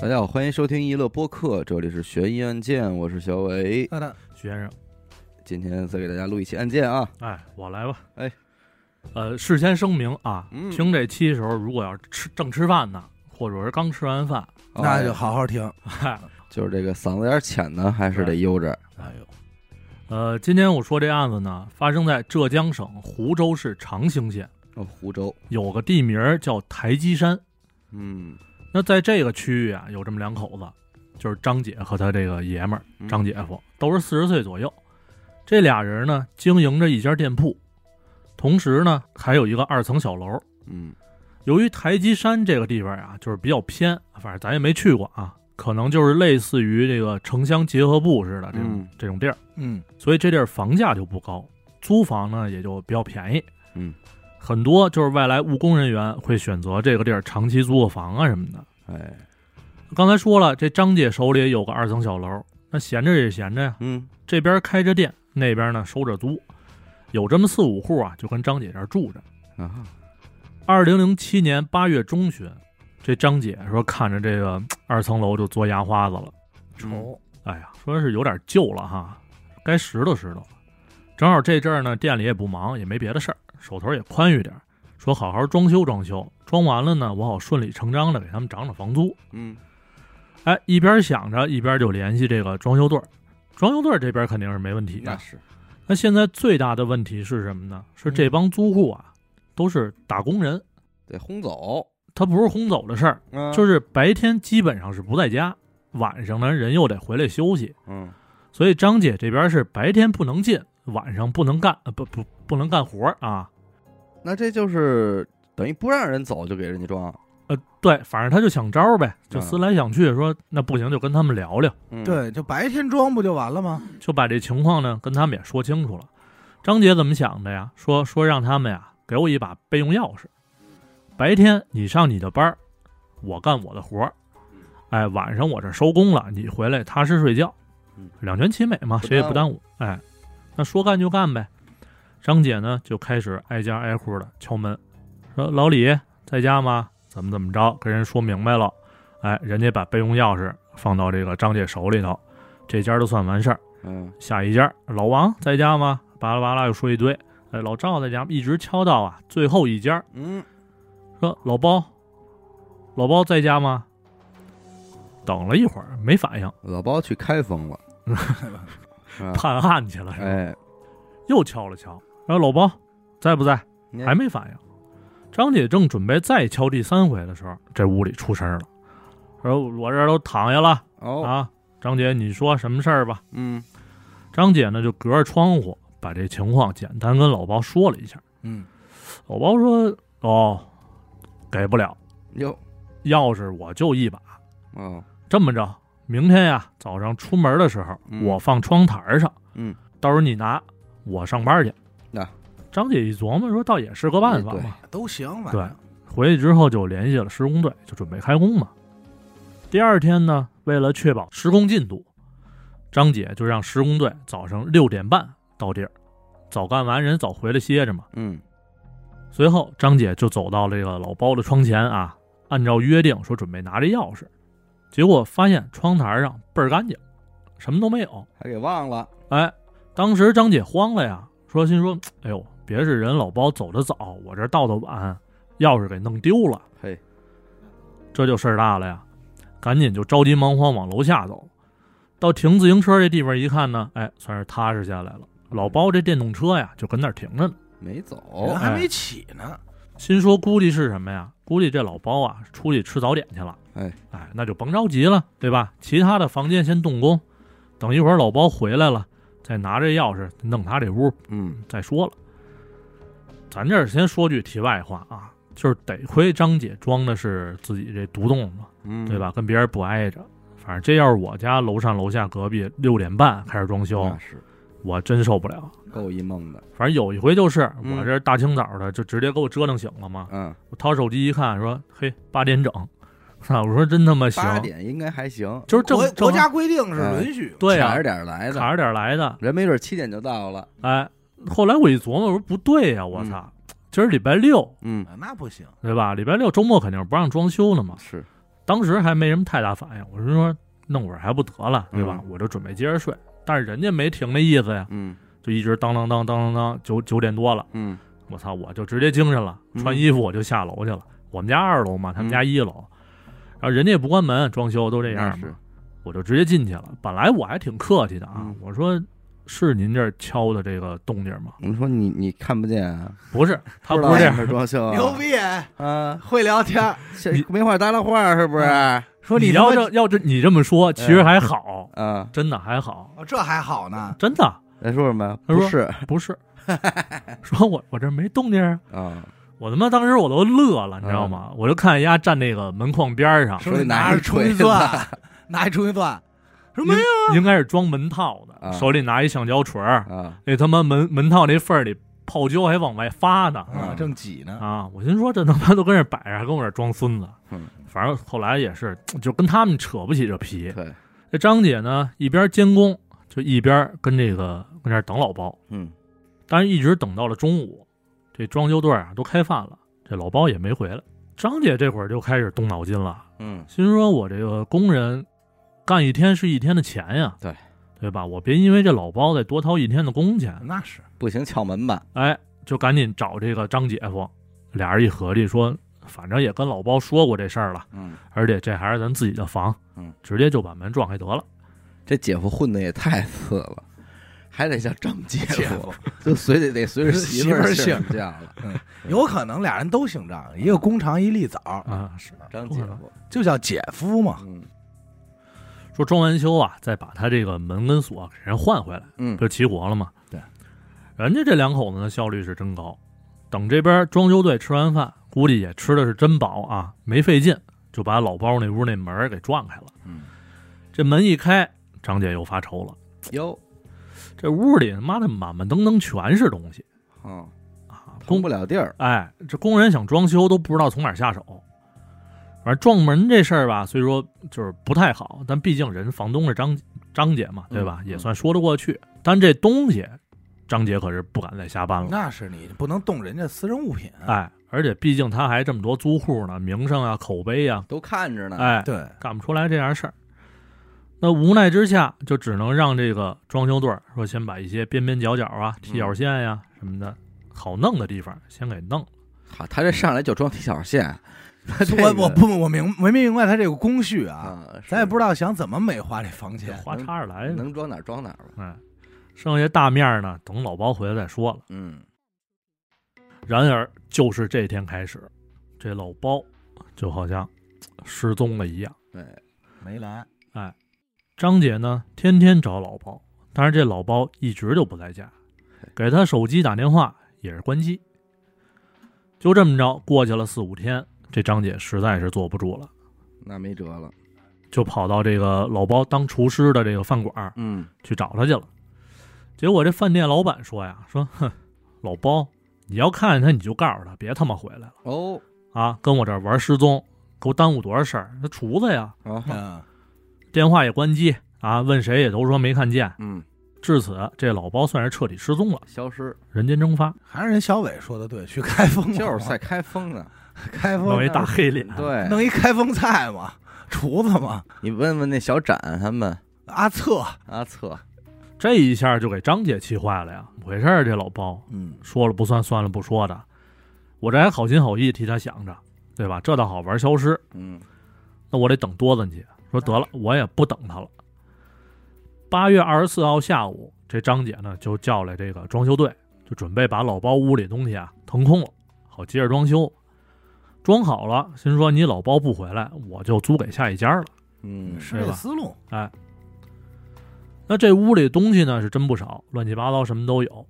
大家好，欢迎收听娱乐播客，这里是悬疑案件，我是小伟。那那徐先生，今天再给大家录一期案件啊，哎，我来吧。哎，呃，事先声明啊，嗯听这期的时候，如果要是吃正吃饭呢，或者是刚吃完饭，那哎就好好听。嗨，就是这个嗓子有点浅呢，还是得悠着。哎呦，呃，今天我说这案子呢，发生在浙江省湖州市长兴县，哦，湖州，有个地名儿叫台基山。嗯，那在这个区域啊，有这么两口子，就是张姐和她这个爷们儿嗯张姐夫，都是四十岁左右。这俩人呢，经营着一家店铺，同时呢，还有一个二层小楼。嗯由于台基山这个地方啊，就是比较偏，反正咱也没去过啊，可能就是类似于这个城乡结合部似的这种、嗯这种地儿，嗯，所以这地儿房价就不高，租房呢也就比较便宜。嗯，很多就是外来务工人员会选择这个地儿长期租个房啊什么的。哎，刚才说了，这张姐手里有个二层小楼，那闲着也闲着呀，嗯这边开着店，那边呢收着租，有这么四五户啊，就跟张姐这儿住着。啊，二零零七年八月中旬，这张姐说看着这个二层楼就嘬牙花子了，嗯丑，哎呀，说是有点旧了哈，该拾掇拾掇了。正好这阵儿呢，店里也不忙，也没别的事儿，手头也宽裕点儿，说好好装修装修，装完了呢，我好顺理成章的给他们涨涨房租。嗯哎，一边想着，一边就联系这个装修队儿。装修队儿这边肯定是没问题那的。是，那现在最大的问题是什么呢？是嗯这帮租户啊，都是打工人，得轰走，他不是轰走的事儿，嗯，，就是是白天基本上是不在家，晚上呢人又得回来休息，嗯所以张姐这边是白天不能进，晚上不能干，呃、不不不能干活儿啊。那这就是等于不让人走就给人家装，呃，对，反正他就想招儿呗，就嗯思来想去说，那不行就跟他们聊聊，嗯，对，就白天装不就完了吗？就把这情况呢跟他们也说清楚了。张姐怎么想的呀？说说让他们呀给我一把备用钥匙，白天你上你的班儿，我干我的活儿，哎，晚上我这收工了，你回来踏实睡觉嗯，两全其美嘛，不谁也不耽耽误。哎，那说干就干呗。张姐呢就开始挨家挨户的敲门，说老李在家吗？怎么怎么着，跟人说明白了。哎，人家把备用钥匙放到这个张姐手里头，这家就算完事儿。嗯下一家老王在家吗？巴拉巴拉又说一堆。哎，老赵在家吗，一直敲到啊最后一家，嗯，说老包，老包在家吗？等了一会儿没反应，老包去开封了，啊判案去了是吧？哎，又敲了敲，然后老包在不在？你还没反应。张姐正准备再敲第三回的时候，这屋里出声了，说我这儿都躺下了、哦，啊，张姐你说什么事儿吧？嗯张姐呢就隔着窗户把这情况简单跟老包说了一下。嗯，老包说：“哦，给不了，哟，钥匙我就一把。哦，这么着，明天呀早上出门的时候，嗯我放窗台上，嗯，到时候你拿，我上班去。”那张姐一琢磨说，倒也是个办法哎对嘛。都行，反对正，回去之后就联系了施工队，就准备开工嘛。第二天呢，为了确保施工进度，张姐就让施工队早上六点半到地儿，早干完人早回来歇着嘛。嗯随后，张姐就走到这个老包的窗前啊，按照约定说准备拿着钥匙，结果发现窗台上倍儿干净，什么都没有。还给忘了，哎，当时张姐慌了呀，说心说，哎呦，别是人老包走的早，我这到的晚，钥匙给弄丢了，嘿，这就事儿大了呀，赶紧就着急忙慌往楼下走。到停自行车这地方一看呢，哎，算是踏实下来了。老包这电动车呀，就跟那儿停着呢。没走哦人，还哎没起呢。心说估计是什么呀？估计这老包啊出去吃早点去了。哎哎，那就甭着急了，对吧？其他的房间先动工，等一会儿老包回来了，再拿着钥匙弄他这屋嗯再说了。咱这儿先说句题外话啊，就是得亏张姐装的是自己这独栋嘛，嗯，对吧？跟别人不挨着。反正这要是我家楼上楼下隔壁六点半开始装修那，是我真受不了。够一梦的，反正有一回就是嗯我这大清早的就直接给我折腾醒了嘛。嗯，我掏手机一看，说：“嘿，八点整。” 啊，我说真他妈行，八点应该还行，就是正国正国家规定是嗯允许，对呀、卡着点儿来卡的，着点儿来的。人没准七点就到了，哎，后来我一琢磨，我说不对呀、我操，今儿礼拜六嗯，那不行。对吧？礼拜六周末肯定是不让装修的嘛。嗯是，当时还没什么太大反应，我是说弄会儿还不得了，对吧？我就准备接着睡，但是人家没停那意思呀，嗯就一直当当当当当当，九九点多了，嗯我操，我就直接精神了，嗯穿衣服我就下楼去了。我们家二楼嘛，他们家一楼，然后人家也不关门，装修都这样那嘛是，我就直接进去了。本来我还挺客气的啊，嗯我说是您这儿敲的这个动静吗？你说你你看不见啊，不是，他知不道是这你样，是装修啊 牛逼，啊，会聊天儿，这你没话搭了话是不是？说你他妈要这要这你这么说，其实还好，啊，真的还好，哦这还好呢，真的来说什么？他不说是 不是。说我我这儿没动静啊，啊，我他妈当时我都乐了，你知道吗？我就看人家站那个门框边儿上，手里拿着冲手里拿着锤击子钻，拿一冲击钻，说没有，应该是装门套的，啊手里拿一橡胶锤儿，啊，那他妈门门套那缝儿里泡椒还往外发呢啊啊正挤呢，啊！我心说这他妈都跟这摆着，还跟我这装孙子嗯。反正后来也是，就跟他们扯不起这皮。对，这张姐呢，一边监工，就一边跟这个跟这儿等老包，嗯但是一直等到了中午，这装修队儿啊都开饭了，这老包也没回来。张姐这会儿就开始动脑筋了，嗯心说我这个工人干一天是一天的钱呀，对对吧？我别因为这老包再多掏一天的工钱，那是不行，撬门吧，哎，就赶紧找这个张姐夫。俩人一合计说，反正也跟老包说过这事儿了，嗯，而且这还是咱自己的房，嗯，直接就把门撞开得了。这姐夫混的也太次了，还得叫张姐姐夫夫，，就随得得随着媳妇儿媳妇儿姓这样了，有可能俩人都姓张，一个工长，一立早，啊，是张姐夫，就叫姐夫嘛，嗯说装完修啊，再把他这个门跟锁给人换回来，嗯就齐活了嘛。对，人家这两口子呢效率是真高。等这边装修队吃完饭，估计也吃的是真饱啊，没费劲就把老包那屋那门儿给撞开了。嗯，这门一开，张姐又发愁了，哟，这屋里他妈的满满登登全是东西嗯，啊，通工不了地儿，哎，这工人想装修都不知道从哪儿下手。反正撞门这事儿吧，虽说就是不太好，但毕竟人房东是张张姐嘛，对吧？嗯嗯也算说得过去。但这东西，张姐可是不敢再瞎搬了。那是你不能动人家私人物品，啊哎，而且毕竟他还这么多租户呢，名声啊、口碑啊，都看着呢，哎，对，干不出来这样事儿。那无奈之下，就只能让这个装修队儿说，先把一些边边角角啊、踢脚线呀、什么的好弄的地方先给弄了。好，他这上来就装踢脚线，他这我个我不我明没明白他这个工序啊，啊，咱也不知道道想怎么美化这房这间，花插着来的，能装哪儿装哪儿吧，哎，剩下大面儿呢，等老包回来再说了。嗯然而，就是这天开始，这老包就好像嘖失踪了一样。没来，张姐呢，天天找老包，但是这老包一直就不在家，给他手机打电话也是关机。就这么着，过去了四五天，这张姐实在是坐不住了，那没辙了，就跑到这个老包当厨师的这个饭馆儿嗯去找他去了。结果这饭店老板说呀：“说，哼，老包，你要看见他你就告诉他，别他妈回来了。”哦啊，跟我这儿玩失踪，给我耽误多少事儿？那厨子呀，啊嗯，电话也关机啊，问谁也都说没看见。嗯，至此，这老包算是彻底失踪了，消 失人间蒸发，还是人小伟说的对，去开封就是在开封呢，开封弄一大黑脸。，对，弄一开封菜嘛，厨子嘛，你问问那小展他们阿策，阿策，这一下就给张姐气坏了呀！怎么回事儿？这老包嗯，说了不算，算了不说的，我这还好心好意替他想着，对吧？这倒好玩消失，嗯那我得等多子去。说得了，我也不等他了。八月二十四号下午，这张姐呢就叫来这个装修队，就准备把老包屋里东西啊腾空了，好接着装修。装好了，心说你老包不回来，我就租给下一家了。嗯是对这吧思路，哎那这屋里东西呢是真不少，乱七八糟什么都有。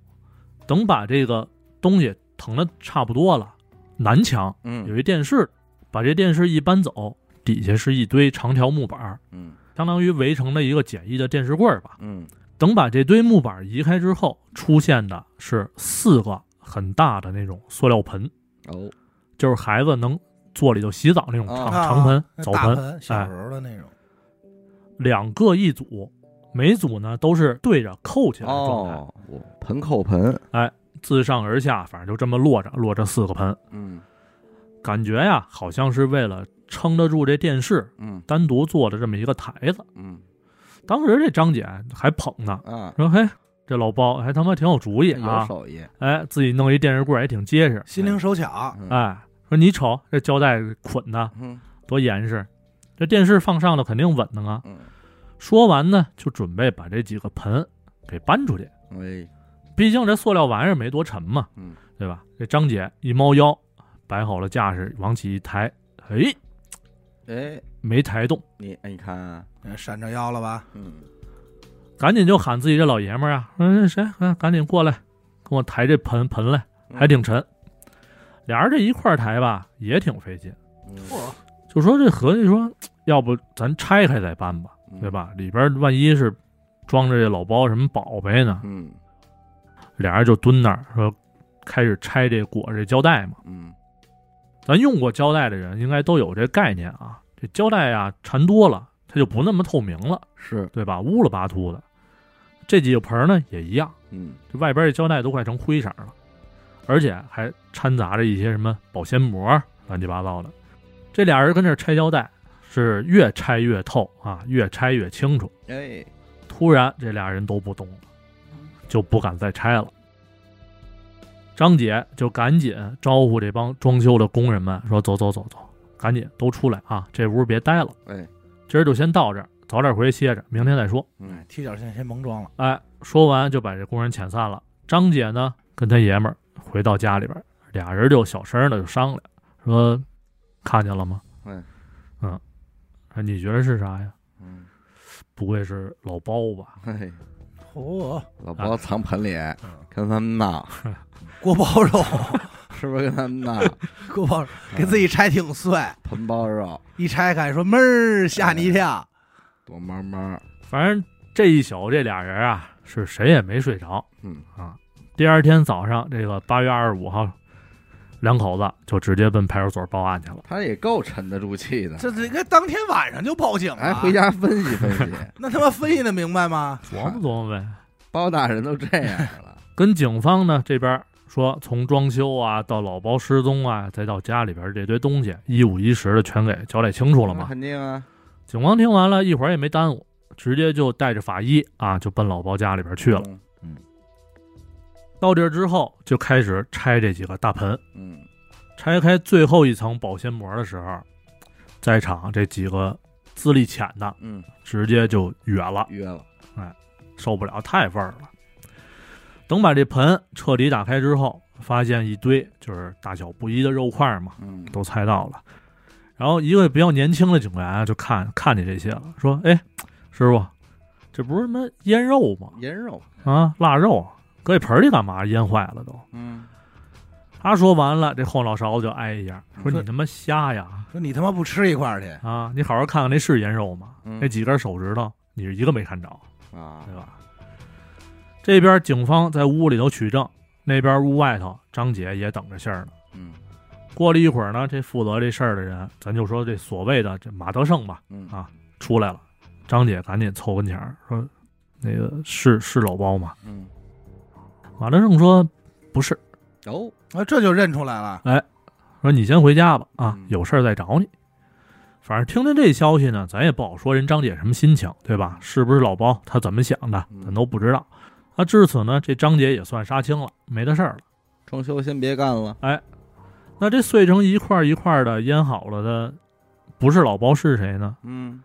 等把这个东西腾的差不多了，南墙嗯有一电视，把这电视一搬走，底下是一堆长条木板儿，嗯相当于围成了一个简易的电视柜儿吧。嗯等把这堆木板移开之后，出现的是四个很大的那种塑料盆，哦就是孩子能坐里头洗澡那种啊哎长啊长盆、那澡大盆，哎盆，小时候的那种，两个一组，每组呢都是对着扣起来的状态，哦，我盆扣盆，自上而下，反正就这么摞着摞着四个盆，嗯感觉呀好像是为了撑得住这电视，嗯单独做的这么一个台子。嗯当时这张姐还捧呢，啊，说：“嘿，这老包还他妈挺有主意有啊！手艺，哎，自己弄一电视柜儿也挺结实。心灵手巧，嗯哎，说你瞅这胶带捆的嗯多严实，这电视放上头肯定稳当啊。嗯，说完呢，就准备把这几个盆给搬出去。哎，毕竟这塑料玩意儿没多沉嘛，嗯，对吧？这张姐一猫腰，摆好了架势，往起一抬，哎，哎，没抬动，你哎，你看啊，呃闪着腰了吧？嗯赶紧就喊自己这老爷们儿啊，嗯、谁，赶赶紧过来，跟我抬这盆盆来，嗯还挺沉。俩人这一块儿抬吧，也挺费劲。嗯嚯，就说这合计说，要不咱拆开再搬吧，嗯对？吧？里边万一是装着这老包什么宝贝呢？嗯俩人就蹲那儿说，开始拆这裹这胶带嘛。嗯咱用过胶带的人应该都有这概念啊，这胶带啊缠多了，它就不那么透明了，是，对吧？乌了巴秃的。这几个盆儿呢也一样，嗯这外边这胶带都快成灰色了，而且还掺杂着一些什么保鲜膜，乱七八糟的。这俩人跟这儿拆胶带，是越拆越透啊，越拆越清楚。哎，突然，这俩人都不动了，就不敢再拆了。张姐就赶紧招呼这帮装修的工人们说：“走走走走，赶紧都出来啊！这屋别待了，哎，今儿就先到这儿，早点回去歇着，明天再说。”嗯踢脚线先甭装了，哎，说完就把这工人遣散了。张姐呢，跟她爷们儿回到家里边儿，俩人就小声的就商量，说：“看见了吗？”嗯嗯，说你觉得是啥呀？嗯，不会是老包吧？嘿，嗯嚯，老包藏盆里，嗯跟他们闹，锅包肉， 是不是跟他们 闹？锅包肉嗯给自己拆挺碎，盆包肉，一拆开说闷儿，吓你一跳。哎躲猫猫，反正这一宿这俩人啊，是谁也没睡着嗯啊。第二天早上，这个八月二十五号，两口子就直接奔派出所报案去了。他也够沉得住气的，这这应该当天晚上就报警哎，了，回家分析分析， 那他妈分析的明白吗？琢磨琢磨呗，包大人都这样了，跟警方呢这边说，从装修啊到老包失踪啊，再到家里边这堆东西，一五一十的全给交代清楚了那嘛。肯定啊，警方听完了一会儿也没耽误，直接就带着法医啊，就奔老包家里边去了。嗯到地儿之后，就开始拆这几个大盆。嗯拆开最后一层保鲜膜的时候，在场这几个资历浅的嗯，直接就哕了，约了，受不了，太味儿了。等把这盆彻底打开之后，发现一堆就是大小不一的肉块嘛，嗯都猜到了。然后一个比较年轻的警员啊，就看看见这些了，说：“哎，师傅，这不是什么腌肉吗？腌肉，啊，腊肉搁一盆儿里干嘛？腌坏了都。”嗯，他说完了，这后脑勺子就挨一下，说：“嗯你他妈瞎呀！”说你他妈不吃一块儿去，啊，你好好看看那是腌肉吗？嗯那几根手指头，你是一个没看着，啊对，吧？这边警方在屋里头取证，那边屋外头张姐也等着信儿呢。嗯过了一会儿呢，这负责这事儿的人，咱就说这所谓的这马德胜吧，嗯啊出来了。张姐赶紧凑跟前儿说：“那个是是老包吗嗯，？”马德胜说：“不是。哦，啊，这就认出来了。”说：“你先回家吧，啊嗯，有事儿再找你。”反正听听这消息呢，咱也不好说人张姐什么心情，对吧？是不是老包他怎么想的，嗯咱都不知道。那至此呢，这张姐也算杀青了，没得事儿了。装修先别干了，那这碎成一块儿一块儿的腌好了的，不是老包是谁呢？嗯，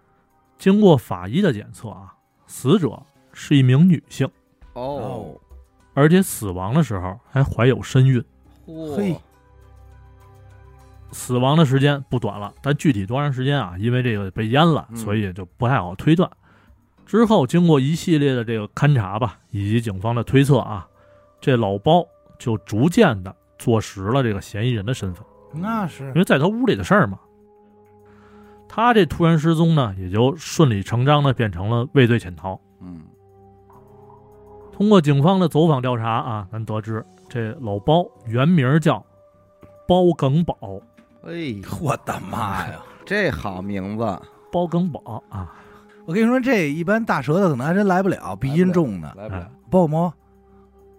经过法医的检测啊，死者是一名女性，哦，而且死亡的时候还怀有身孕。嚯嘿，死亡的时间不短了，但具体多长时间啊？因为这个被淹了，嗯所以就不太好推断。之后经过一系列的这个勘查吧，以及警方的推测啊，这老包就逐渐的坐实了这个嫌疑人的身份，那因是为在他屋里的事儿嘛。他这突然失踪呢，也就顺理成章的变成了畏罪潜逃。嗯通过警方的走访调查啊，咱得知这老包原名叫包耿宝，哎，我的妈呀！这好名字，包耿宝啊， 我跟你说，这一般大舌头可能还真来不了，鼻音重呢。来不哎了，鲍猫嗯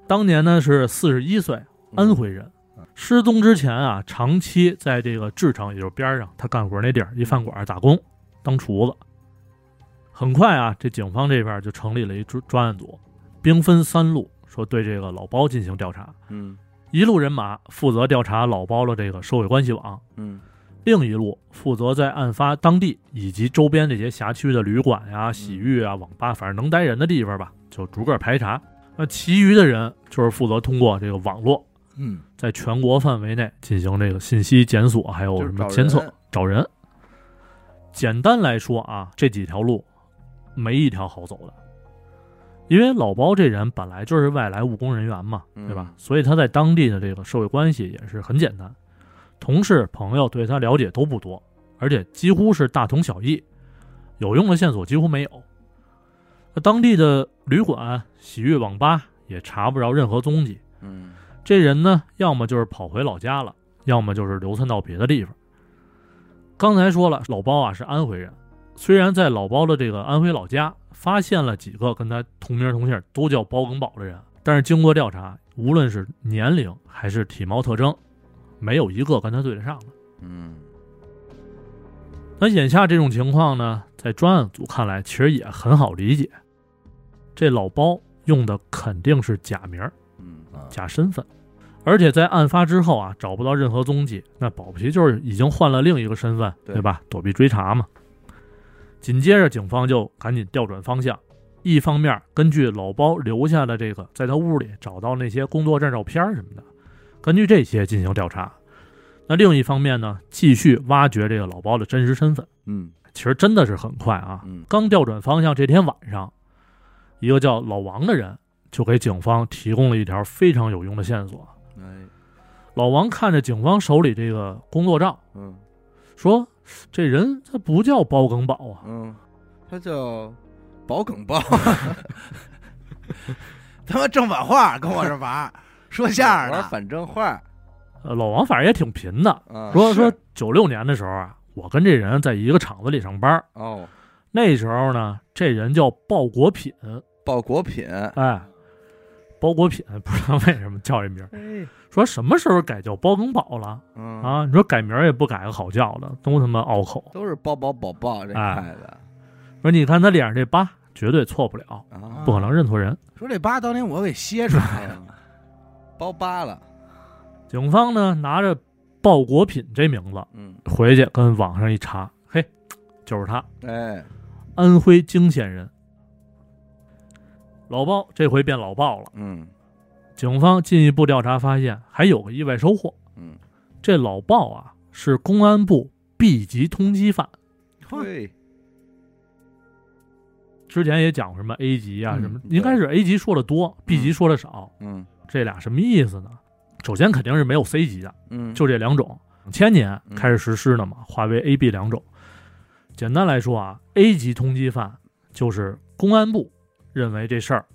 当年呢是四十一岁，安徽人，失踪之前啊，长期在这个制城，也就是边上他干活那地儿一饭馆打工，当厨子。很快啊，这警方这边就成立了一专专案组，兵分三路，说对这个老包进行调查。嗯一路人马负责调查老包的这个社会关系网，嗯另一路负责在案发当地以及周边这些辖区的旅馆嗯呀、洗浴啊、网吧，反正能待人的地方吧，就逐个排查。那其余的人就是负责通过这个网络，嗯，在全国范围内进行这个信息检索，还有就哦什是么找检测人找人。简单来说啊，这几条路没一条好走的，因为老包这人本来就是外来务工人员嘛，嗯对吧？所以他在当地的这个社会关系也是很简单，同事朋友对他了解都不多，而且几乎是大同小异，有用的线索几乎没有。那当地的旅馆、洗浴、网吧也查不着任何踪迹，嗯这人呢，要么就是跑回老家了，要么就是流窜到别的地方。刚才说了，老包啊是安徽人，虽然在老包的这个安徽老家发现了几个跟他同名同姓都叫包耿宝的人，但是经过调查，无论是年龄还是体貌特征，没有一个跟他对得上的。嗯那眼下这种情况呢，在专案组看来，其实也很好理解。这老包用的肯定是假名儿，嗯啊假身份，而且在案发之后啊，找不到任何踪迹，那保不齐就是已经换了另一个身份，对对吧？躲避追查嘛。紧接着，警方就赶紧调转方向，一方面根据老包留下的这个，在他屋里找到那些工作站照片什么的，根据这些进行调查；那另一方面呢，继续挖掘这个老包的真实身份。嗯其实真的是很快啊，嗯刚调转方向这天晚上，一个叫老王的人就给警方提供了一条非常有用的线索。哎老王看着警方手里这个工作照，嗯说：“这人他不叫包耿宝啊，嗯，他叫宝梗豹，他妈正反话跟我这玩 儿说相声玩呢，反正话呃老王反正也挺贫的，啊，说说是九六年的时候啊，我跟这人在一个厂子里上班，哦，那时候呢，这人叫鲍国品，报果品，哎，包国品不知道为什么叫这名儿，哎说什么时候改叫包耿宝了嗯，啊？你说改名儿也不改个好叫的，都他妈拗口。”都是包宝宝宝这哎派的说你看他脸上这疤，绝对错不了，啊，不可能认错人。说这疤当年我给歇出来哎 呀包疤了，警方呢拿着鲍国品这名字嗯，回去跟网上一查，嘿，就是他，哎，安徽泾县人。老鲍这回变老鲍了。嗯警方进一步调查发现，还有个意外收获。嗯，这老鲍啊是公安部 B 级通缉犯，对，之前也讲过什么 A 级啊，嗯什么对应该是 A 级说的多，B 级说的少。嗯这俩什么意思呢？首先肯定是没有 C 级的，嗯，就这两种，千年嗯开始实施的嘛，划为 A、B 两种。简单来说啊，A 级通缉犯就是公安部认为这事儿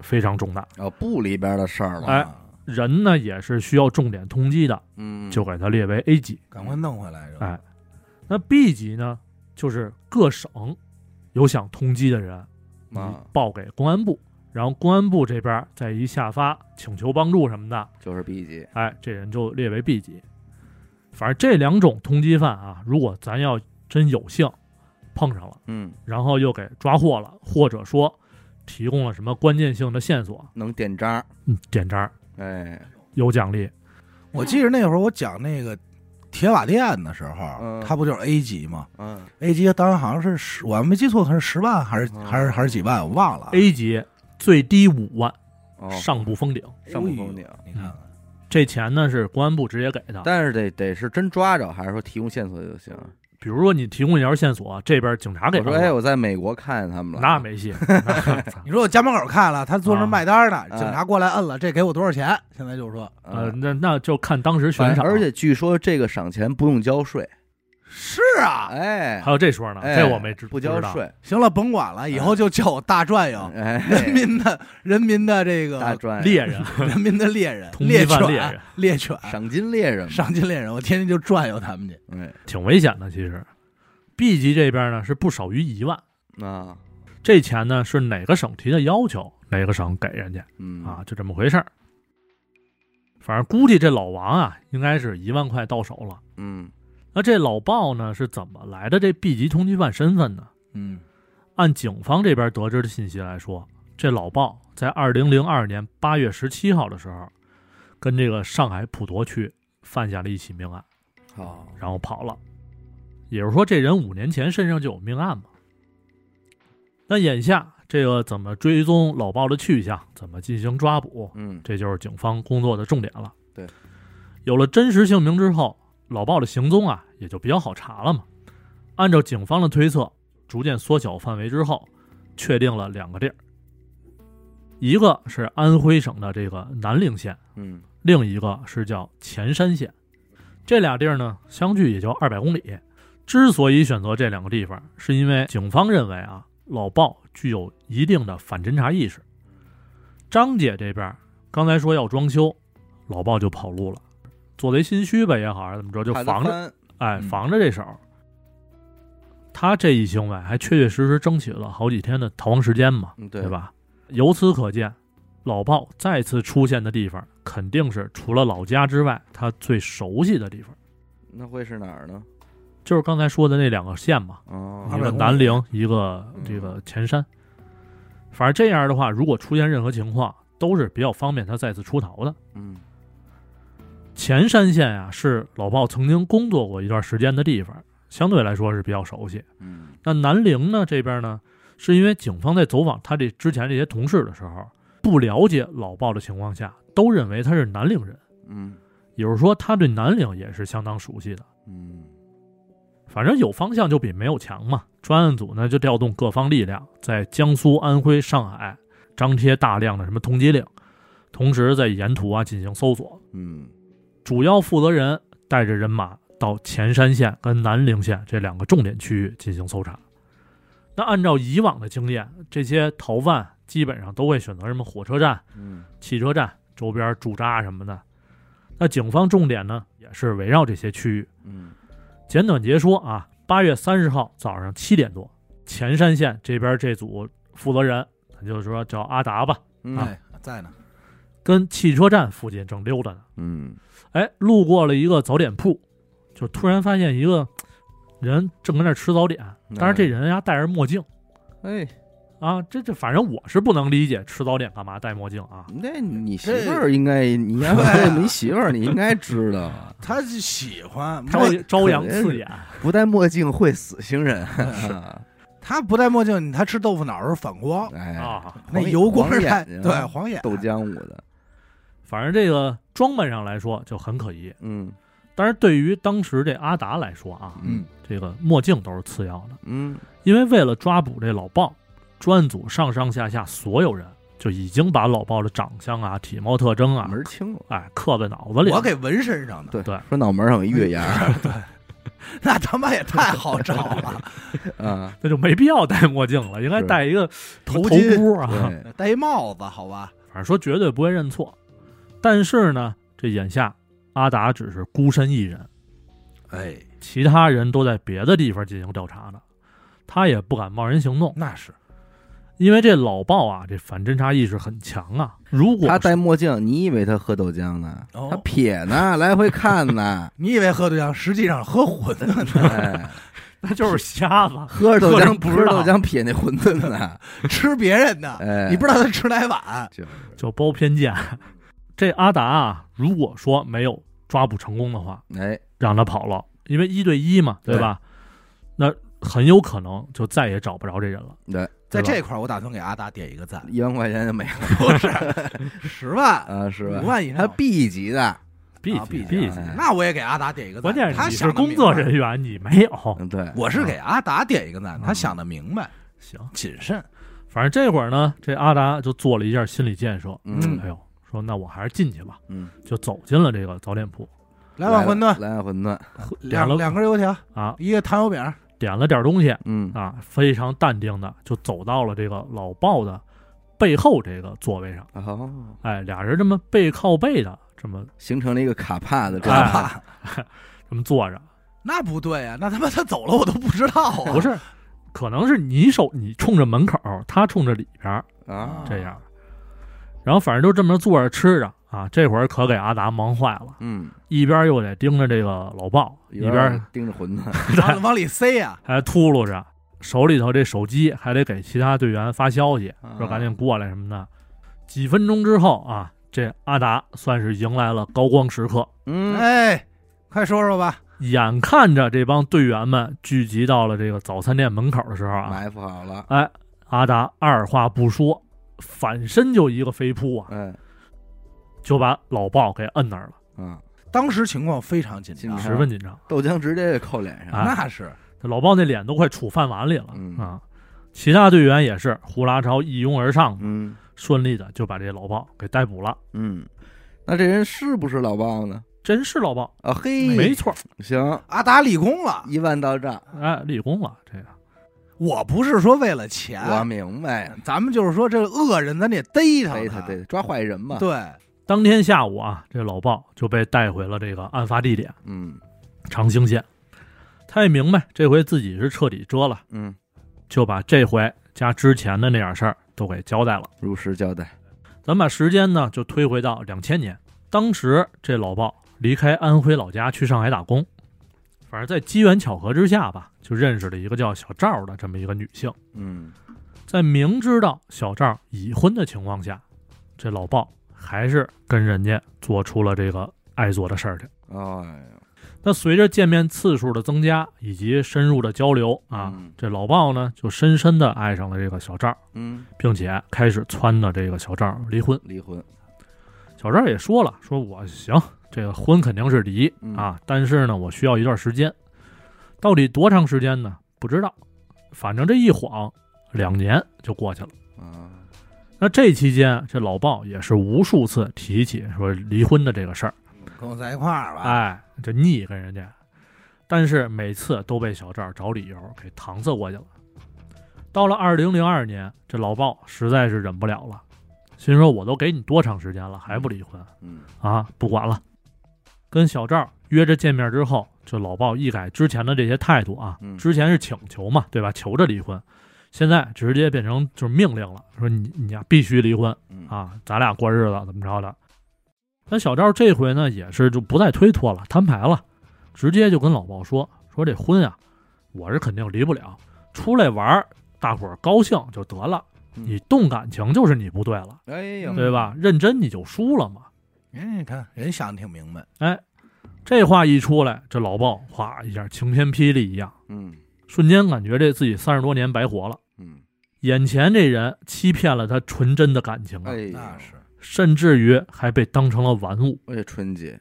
非常重大，哦部里边的事儿了，哎啊人呢也是需要重点通缉的，嗯，就给他列为 A 级。赶快弄回来。是吧哎那 B 级呢，就是各省有想通缉的人，你啊，报给公安部，然后公安部这边再一下发请求帮助什么的，就是 B 级，哎，这人就列为 B 级。反正这两种通缉犯啊，如果咱要真有幸碰上了，嗯，然后又给抓获了，或者说提供了什么关键性的线索，能点章儿，嗯，点章儿哎，有奖励。我记得那会儿我讲那个铁瓦店的时候嗯，他不就是 A 级吗嗯？A 级当时好像是十，我没记错，可是十万还是嗯还是还是几万，我忘了啊。 A 级最低五万，哦，上不封顶。上不封顶，哎你看看，这钱呢是公安部直接给的。但是得得是真抓着，还是说提供线索就行？比如说你提供一条线索，这边警察给我说，了哎，我在美国看见他们了，那 没戏。那你说我家门口看了，他坐那儿卖单呢，啊警察过来摁了，这给我多少钱？现在就是说呃，嗯，那那就看当时悬反赏。而且据说这个赏钱不用交税，是啊，哎还，有这说呢，哎这我没知不知交道啊税，行了，甭管了，以后就叫我大转悠，哎， 人民的人民的这个大赚 猎人人民的猎人，通猎缉犯犬，猎人猎犬，赏金猎人嘛，赏金猎人，我天天就转悠他们去。哎挺危险的。其实，B 级这边呢是不少于一万，啊，这钱呢是哪个省提的要求，哪个省给人家啊嗯啊，就这么回事儿。反正估计这老王啊，应该是一万块到手了。嗯那这老鲍呢，是怎么来的这 B 级通缉犯身份呢？嗯按警方这边得知的信息来说，这老鲍在二零零二年八月十七号的时候，跟这个上海普陀区犯下了一起命案，好，然后跑了。也就是说，这人五年前身上就有命案嘛。那眼下这个怎么追踪老鲍的去向，怎么进行抓捕，嗯这就是警方工作的重点了。对，有了真实姓名之后，老鲍的行踪啊也就比较好查了嘛。按照警方的推测，逐渐缩小范围之后，确定了两个地儿，一个是安徽省的这个南陵县，嗯另一个是叫潜山县。这俩地儿呢，相距也就二百公里。之所以选择这两个地方，是因为警方认为啊，老鲍具有一定的反侦查意识。张姐这边刚才说要装修，老鲍就跑路了，做贼心虚吧也好，还是怎么着，就怕他防着，翻哎，嗯防着这手。他这一行为还确确实实争取了好几天的逃亡时间嘛，嗯对对？吧？由此可见，老鲍再次出现的地方，肯定是除了老家之外，他最熟悉的地方，那会是哪儿呢？就是刚才说的那两个县嘛，哦二一百个公里南陵，一个嗯这个前山。反正这样的话，如果出现任何情况，都是比较方便他再次出逃的。嗯前山县呀、是老鲍曾经工作过一段时间的地方，相对来说是比较熟悉。嗯那南陵呢这边呢，是因为警方在走访他这之前这些同事的时候，不了解老鲍的情况下，都认为他是南陵人，嗯也就是说他对南陵也是相当熟悉的。嗯反正有方向就比没有强嘛。专案组呢就调动各方力量，在江苏、安徽、上海张贴大量的什么通缉令，同时在沿途啊进行搜索。嗯主要负责人带着人马到潜山县跟南陵县这两个重点区域进行搜查。那按照以往的经验，这些逃犯基本上都会选择什么火车站、嗯汽车站周边驻扎什么的。那警方重点呢也是围绕这些区域。嗯简短截说啊，八月三十号早上七点多，潜山县这边这组负责人，咱就说叫阿达吧，嗯哎，在呢，跟汽车站附近正溜达呢，嗯哎，路过了一个早点铺，就突然发现一个人正跟那儿吃早点，嗯但是这人呀戴着墨镜哎，啊，这这反正我是不能理解吃早点干嘛戴墨镜啊，那你媳妇儿应该，你要是没媳妇儿，你应该知道，他是喜欢朝墨朝阳刺眼，不戴墨镜会死星人。他不戴墨镜，他吃豆腐脑儿时候反光，哎，啊，那黄眼油光儿太黄眼睛对黄眼豆浆舞的，反正这个装扮上来说就很可疑，嗯但是对于当时这阿达来说啊，嗯这个墨镜都是次要的。嗯因为为了抓捕这老鲍，专案组上上下下所有人就已经把老鲍的长相啊、体貌特征啊嗯门，儿清了，哎，刻在脑子里。我给纹身上的，对对说脑门上有一月牙儿那他妈也太好找 了，啊，那就没必要戴墨镜了，应该是戴一个头头巾箍啊。对，戴一帽子好吧？反正说绝对不会认错。但是呢，这眼下阿达只是孤身一人，哎，其他人都在别的地方进行调查呢，他也不敢贸然行动，那是因为这老鲍啊，这反侦查意识很强啊。如果他是戴墨镜，你以为他喝豆浆呢？哦，他撇呢，来回看呢你以为喝豆浆，实际上喝混了呢，哎，那就是瞎子，喝着豆喝浆着不知喝着道豆浆撇那馄饨呢， 吃别人的，哎，你不知道他吃哪碗，就是就包偏见。 这阿达啊，如果说没有抓捕成功的话，哎，让他跑了，因为一对一嘛，对吧？那很有可能就再也找不着这人了。对，在对吧这块儿我打算给阿达点一个赞，一万块钱就没了不是十万啊，是吧 五？万以他上。 B 级的，必啊须必必须须。哎那我也给阿达点一个赞，关键是他你想是得工明作白人员，啊你没有。嗯，对，我是给阿达点一个赞，嗯他想的明白，行，谨慎。反正这会儿呢，这阿达就做了一下心理建设。嗯哎呦，说那我还是进去吧，嗯，就走进了这个早点铺来碗馄饨，来碗馄饨，点了两两根油条，啊，一个糖油饼，点了点东西嗯啊，非常淡定的就走到了这个老鲍的背后这个座位上。哦，哎，俩人这么背靠背的这么形成了一个卡帕的干啊状态，嘛？这么坐着，那不对啊，那他妈他走了我都不知道啊。不，是，可能是你手你冲着门口，他冲着里边儿啊，这样，然后反正就这么坐着吃着啊，这会儿可给阿达忙坏了，嗯，一边又得盯着这个老鲍，一边盯着馄 饨， 往往里塞啊呀、还秃噜着，手里头这手机还得给其他队员发消息，说啊赶紧过来什么的。几分钟之后啊，这阿达算是迎来了高光时刻，嗯，哎，快说说吧，眼看着这帮队员们聚集到了这个早餐店门口的时候啊，埋伏好了，哎，阿达二话不说，反身就一个飞扑啊，哎，就把老鲍给摁那儿了，嗯，当时情况非常紧张，紧啊十分紧张。豆浆直接给扣脸上，啊那是这老鲍那脸都快杵饭碗里了、嗯啊！其他队员也是呼啦朝一拥而上，嗯顺利的就把这老鲍给逮捕了。嗯，那这人是不是老鲍呢？真是老鲍，啊嘿，没错，行，阿达立功了。一万到账，哎，立功了这个。我不是说为了钱，啊我明白了，咱们就是说这恶人咱得逮上逮他逮他抓坏人嘛，对，当天下午啊，这老鲍就被带回了这个案发地点嗯长兴县。他也明白这回自己是彻底折了，嗯，就把这回加之前的那点事儿都给交代了。如实交代，咱把时间呢就推回到两千年，当时这老鲍离开安徽老家去上海打工，反正在机缘巧合之下吧，就认识了一个叫小赵的这么一个女性。嗯在明知道小赵已婚的情况下，这老鲍还是跟人家做出了这个爱做的事儿去。哦那随着见面次数的增加以及深入的交流啊，嗯这老鲍呢就深深的爱上了这个小赵，嗯，并且开始撺掇这个小赵离婚。离婚，小赵也说了，说我行，这个婚肯定是离嗯啊，但是呢，我需要一段时间，到底多长时间呢？不知道，反正这一晃两年就过去了。啊，那这期间，这老鲍也是无数次提起说离婚的这个事儿，跟我在一块儿啊吧。哎，这腻跟人家，但是每次都被小赵找理由给搪塞过去了。到了二零零二年，这老鲍实在是忍不了了，心说我都给你多长时间了，还不离婚？嗯啊，不管了。跟小赵约着见面之后，这老鲍一改之前的这些态度啊嗯，之前是请求嘛，对吧？求着离婚，现在直接变成就是命令了，说你你呀、必须离婚嗯，啊，咱俩过日子怎么着的。那小赵这回呢，也是就不再推脱了，摊牌了，直接就跟老鲍说说这婚啊，我是肯定离不了，出来玩儿，大伙儿高兴就得了，嗯你动感情就是你不对了，哎呦，对吧？认真你就输了嘛。人家哎看人想的挺明白，这话一出来，这老鲍哗一下晴天霹雳一样，嗯瞬间感觉这自己三十多年白活了。嗯，眼前这人欺骗了他纯真的感情啊，哎，那，是甚至于还被当成了玩物，而且春节，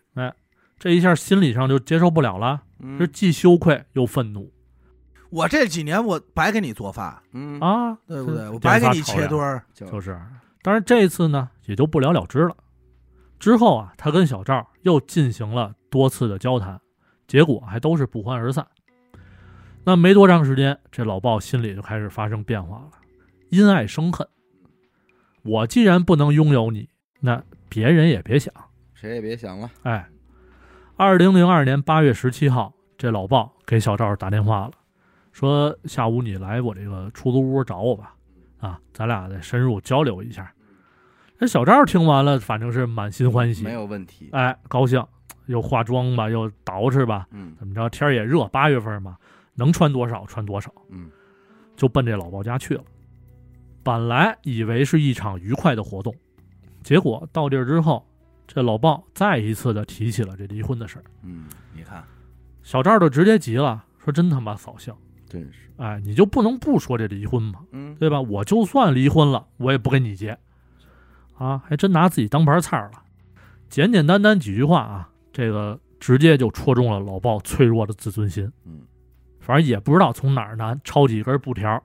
这一下心理上就接受不了了，嗯是既羞愧又愤怒我这几年我白给你做饭，嗯，啊，对不对？我是白给你变法朝切人墩儿，就就是，但是这次呢，也就不了了之了。之后啊，他跟小赵又进行了多次的交谈，结果还都是不欢而散。那没多长时间，这老鲍心里就开始发生变化了，因爱生恨。我既然不能拥有你，那别人也别想。谁也别想了，哎，二零零二年八月十七号，这老鲍给小赵打电话了，说下午你来我这个出租屋找我吧，啊，咱俩再深入交流一下。这小赵听完了，反正是满心欢喜没，有问题，哎，高兴，又化妆吧，又捯饬吧，嗯怎么着？天儿也热，八月份嘛，能穿多少穿多少，嗯就奔这老鲍家去了。本来以为是一场愉快的活动，结果到地儿之后，这老鲍再一次的提起了这离婚的事儿。嗯，你看小赵就直接急了，说：“真他妈扫兴！真是，哎，你就不能不说这离婚吗？嗯对吧？我就算离婚了，我也不跟你结，啊，还真拿自己当盘菜了。简简单单几句话啊，这个直接就戳中了老鲍脆弱的自尊心。嗯，反正也不知道从哪儿呢，抄起一根布条，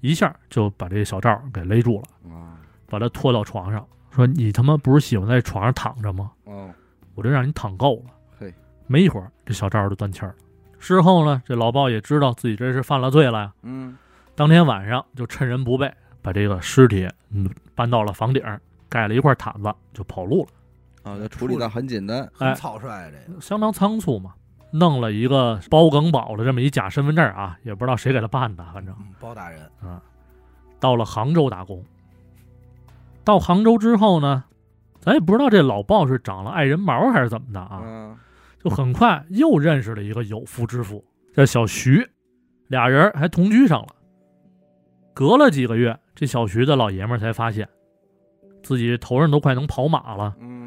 一下就把这小赵给勒住了，啊把他拖到床上，说：你他妈不是喜欢在床上躺着吗？哦，我就让你躺够了。嘿，没一会儿，这小赵就断气儿了。事后呢，这老鲍也知道自己这是犯了罪了呀。嗯当天晚上就趁人不备，把这个尸体嗯搬到了房顶儿，盖了一块毯子就跑路了，啊，就处理的很简单，哎很草率啊，这个相当仓促嘛。弄了一个包耿宝的这么一假身份证啊，也不知道谁给他办的，反正嗯包大人到了杭州打工。到杭州之后呢，咱也不知道这老鲍是长了爱人毛还是怎么的啊，嗯就很快又认识了一个有夫之妇，叫小徐，俩人还同居上了。隔了几个月，这小徐的老爷们儿才发现，自己头上都快能跑马了。嗯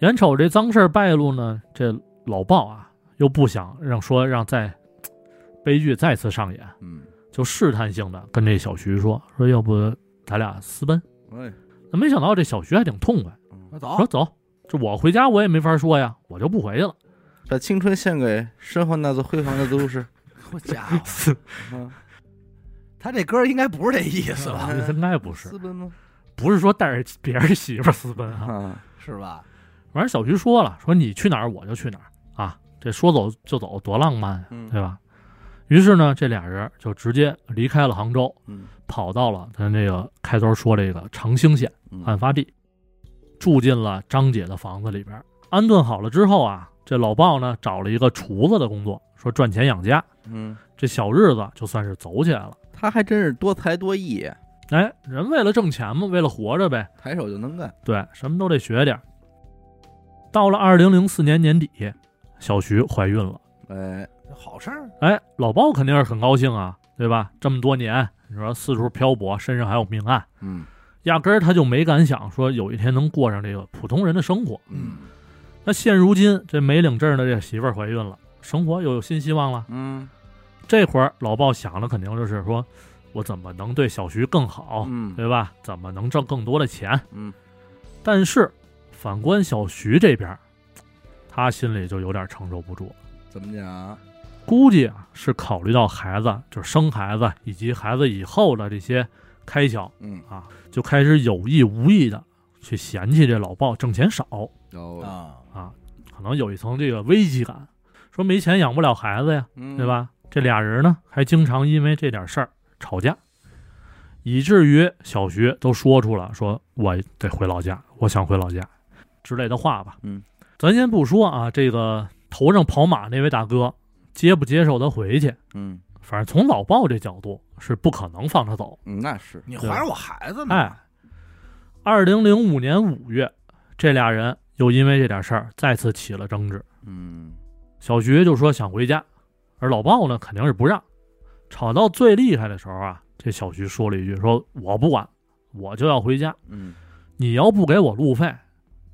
眼瞅这脏事儿败露呢，这老鲍啊又不想让说让再呃悲剧再次上演，嗯，就试探性的跟这小徐说说，要不咱俩私奔？哎，那没想到这小徐还挺痛快，那嗯走说，走，这我回家我也没法说呀，我就不回去了。把青春献给身后那座辉煌的都市。 好家伙，嗯，他这歌应该不是这意思吧？嗯 应该不是，私奔吗？不是说带着别人媳妇儿私奔啊。啊，是吧？反正小徐说了，说你去哪儿我就去哪儿啊，这说走就走，多浪漫呀、嗯对吧？于是呢，这俩人就直接离开了杭州，嗯跑到了咱这个开头说这个长兴县嗯案发地，住进了张姐的房子里边。安顿好了之后啊，这老鲍呢找了一个厨子的工作，说赚钱养家，嗯，这小日子就算是走起来了。他还真是多才多艺，哎，人为了挣钱嘛，为了活着呗，抬手就能干。对，什么都得学点儿。到了二零零四年年底，小徐怀孕了。哎，好事儿，哎，老包肯定是很高兴啊，对吧？这么多年，你说四处漂泊，身上还有命案，嗯压根儿他就没敢想说有一天能过上这个普通人的生活。嗯那现如今，这没领证的这媳妇儿怀孕了，生活又有新希望了。嗯这会儿老鲍想的肯定就是说，我怎么能对小徐更好，嗯对吧？怎么能挣更多的钱？嗯但是反观小徐这边，他心里就有点承受不住了。怎么讲？估计啊是考虑到孩子，就是生孩子以及孩子以后的这些开销嗯，啊，就开始有意无意的去嫌弃这老鲍挣钱少有，啊，啊，可能有一层这个危机感，说没钱养不了孩子呀，嗯对？吧？这俩人呢还经常因为这点事儿吵架，以至于小徐都说出了说我得回老家，我想回老家之类的话吧。嗯，咱先不说啊，这个头上跑马那位大哥接不接受他回去，嗯反正从老鲍这角度是不可能放他走。嗯，那是，你怀着我孩子呢，哎，二零零五年五月，这俩人又因为这点事儿再次起了争执。嗯小徐就说想回家，而老鲍呢肯定是不让。吵到最厉害的时候啊，这小徐说了一句：“说我不管，我就要回家。嗯你要不给我路费，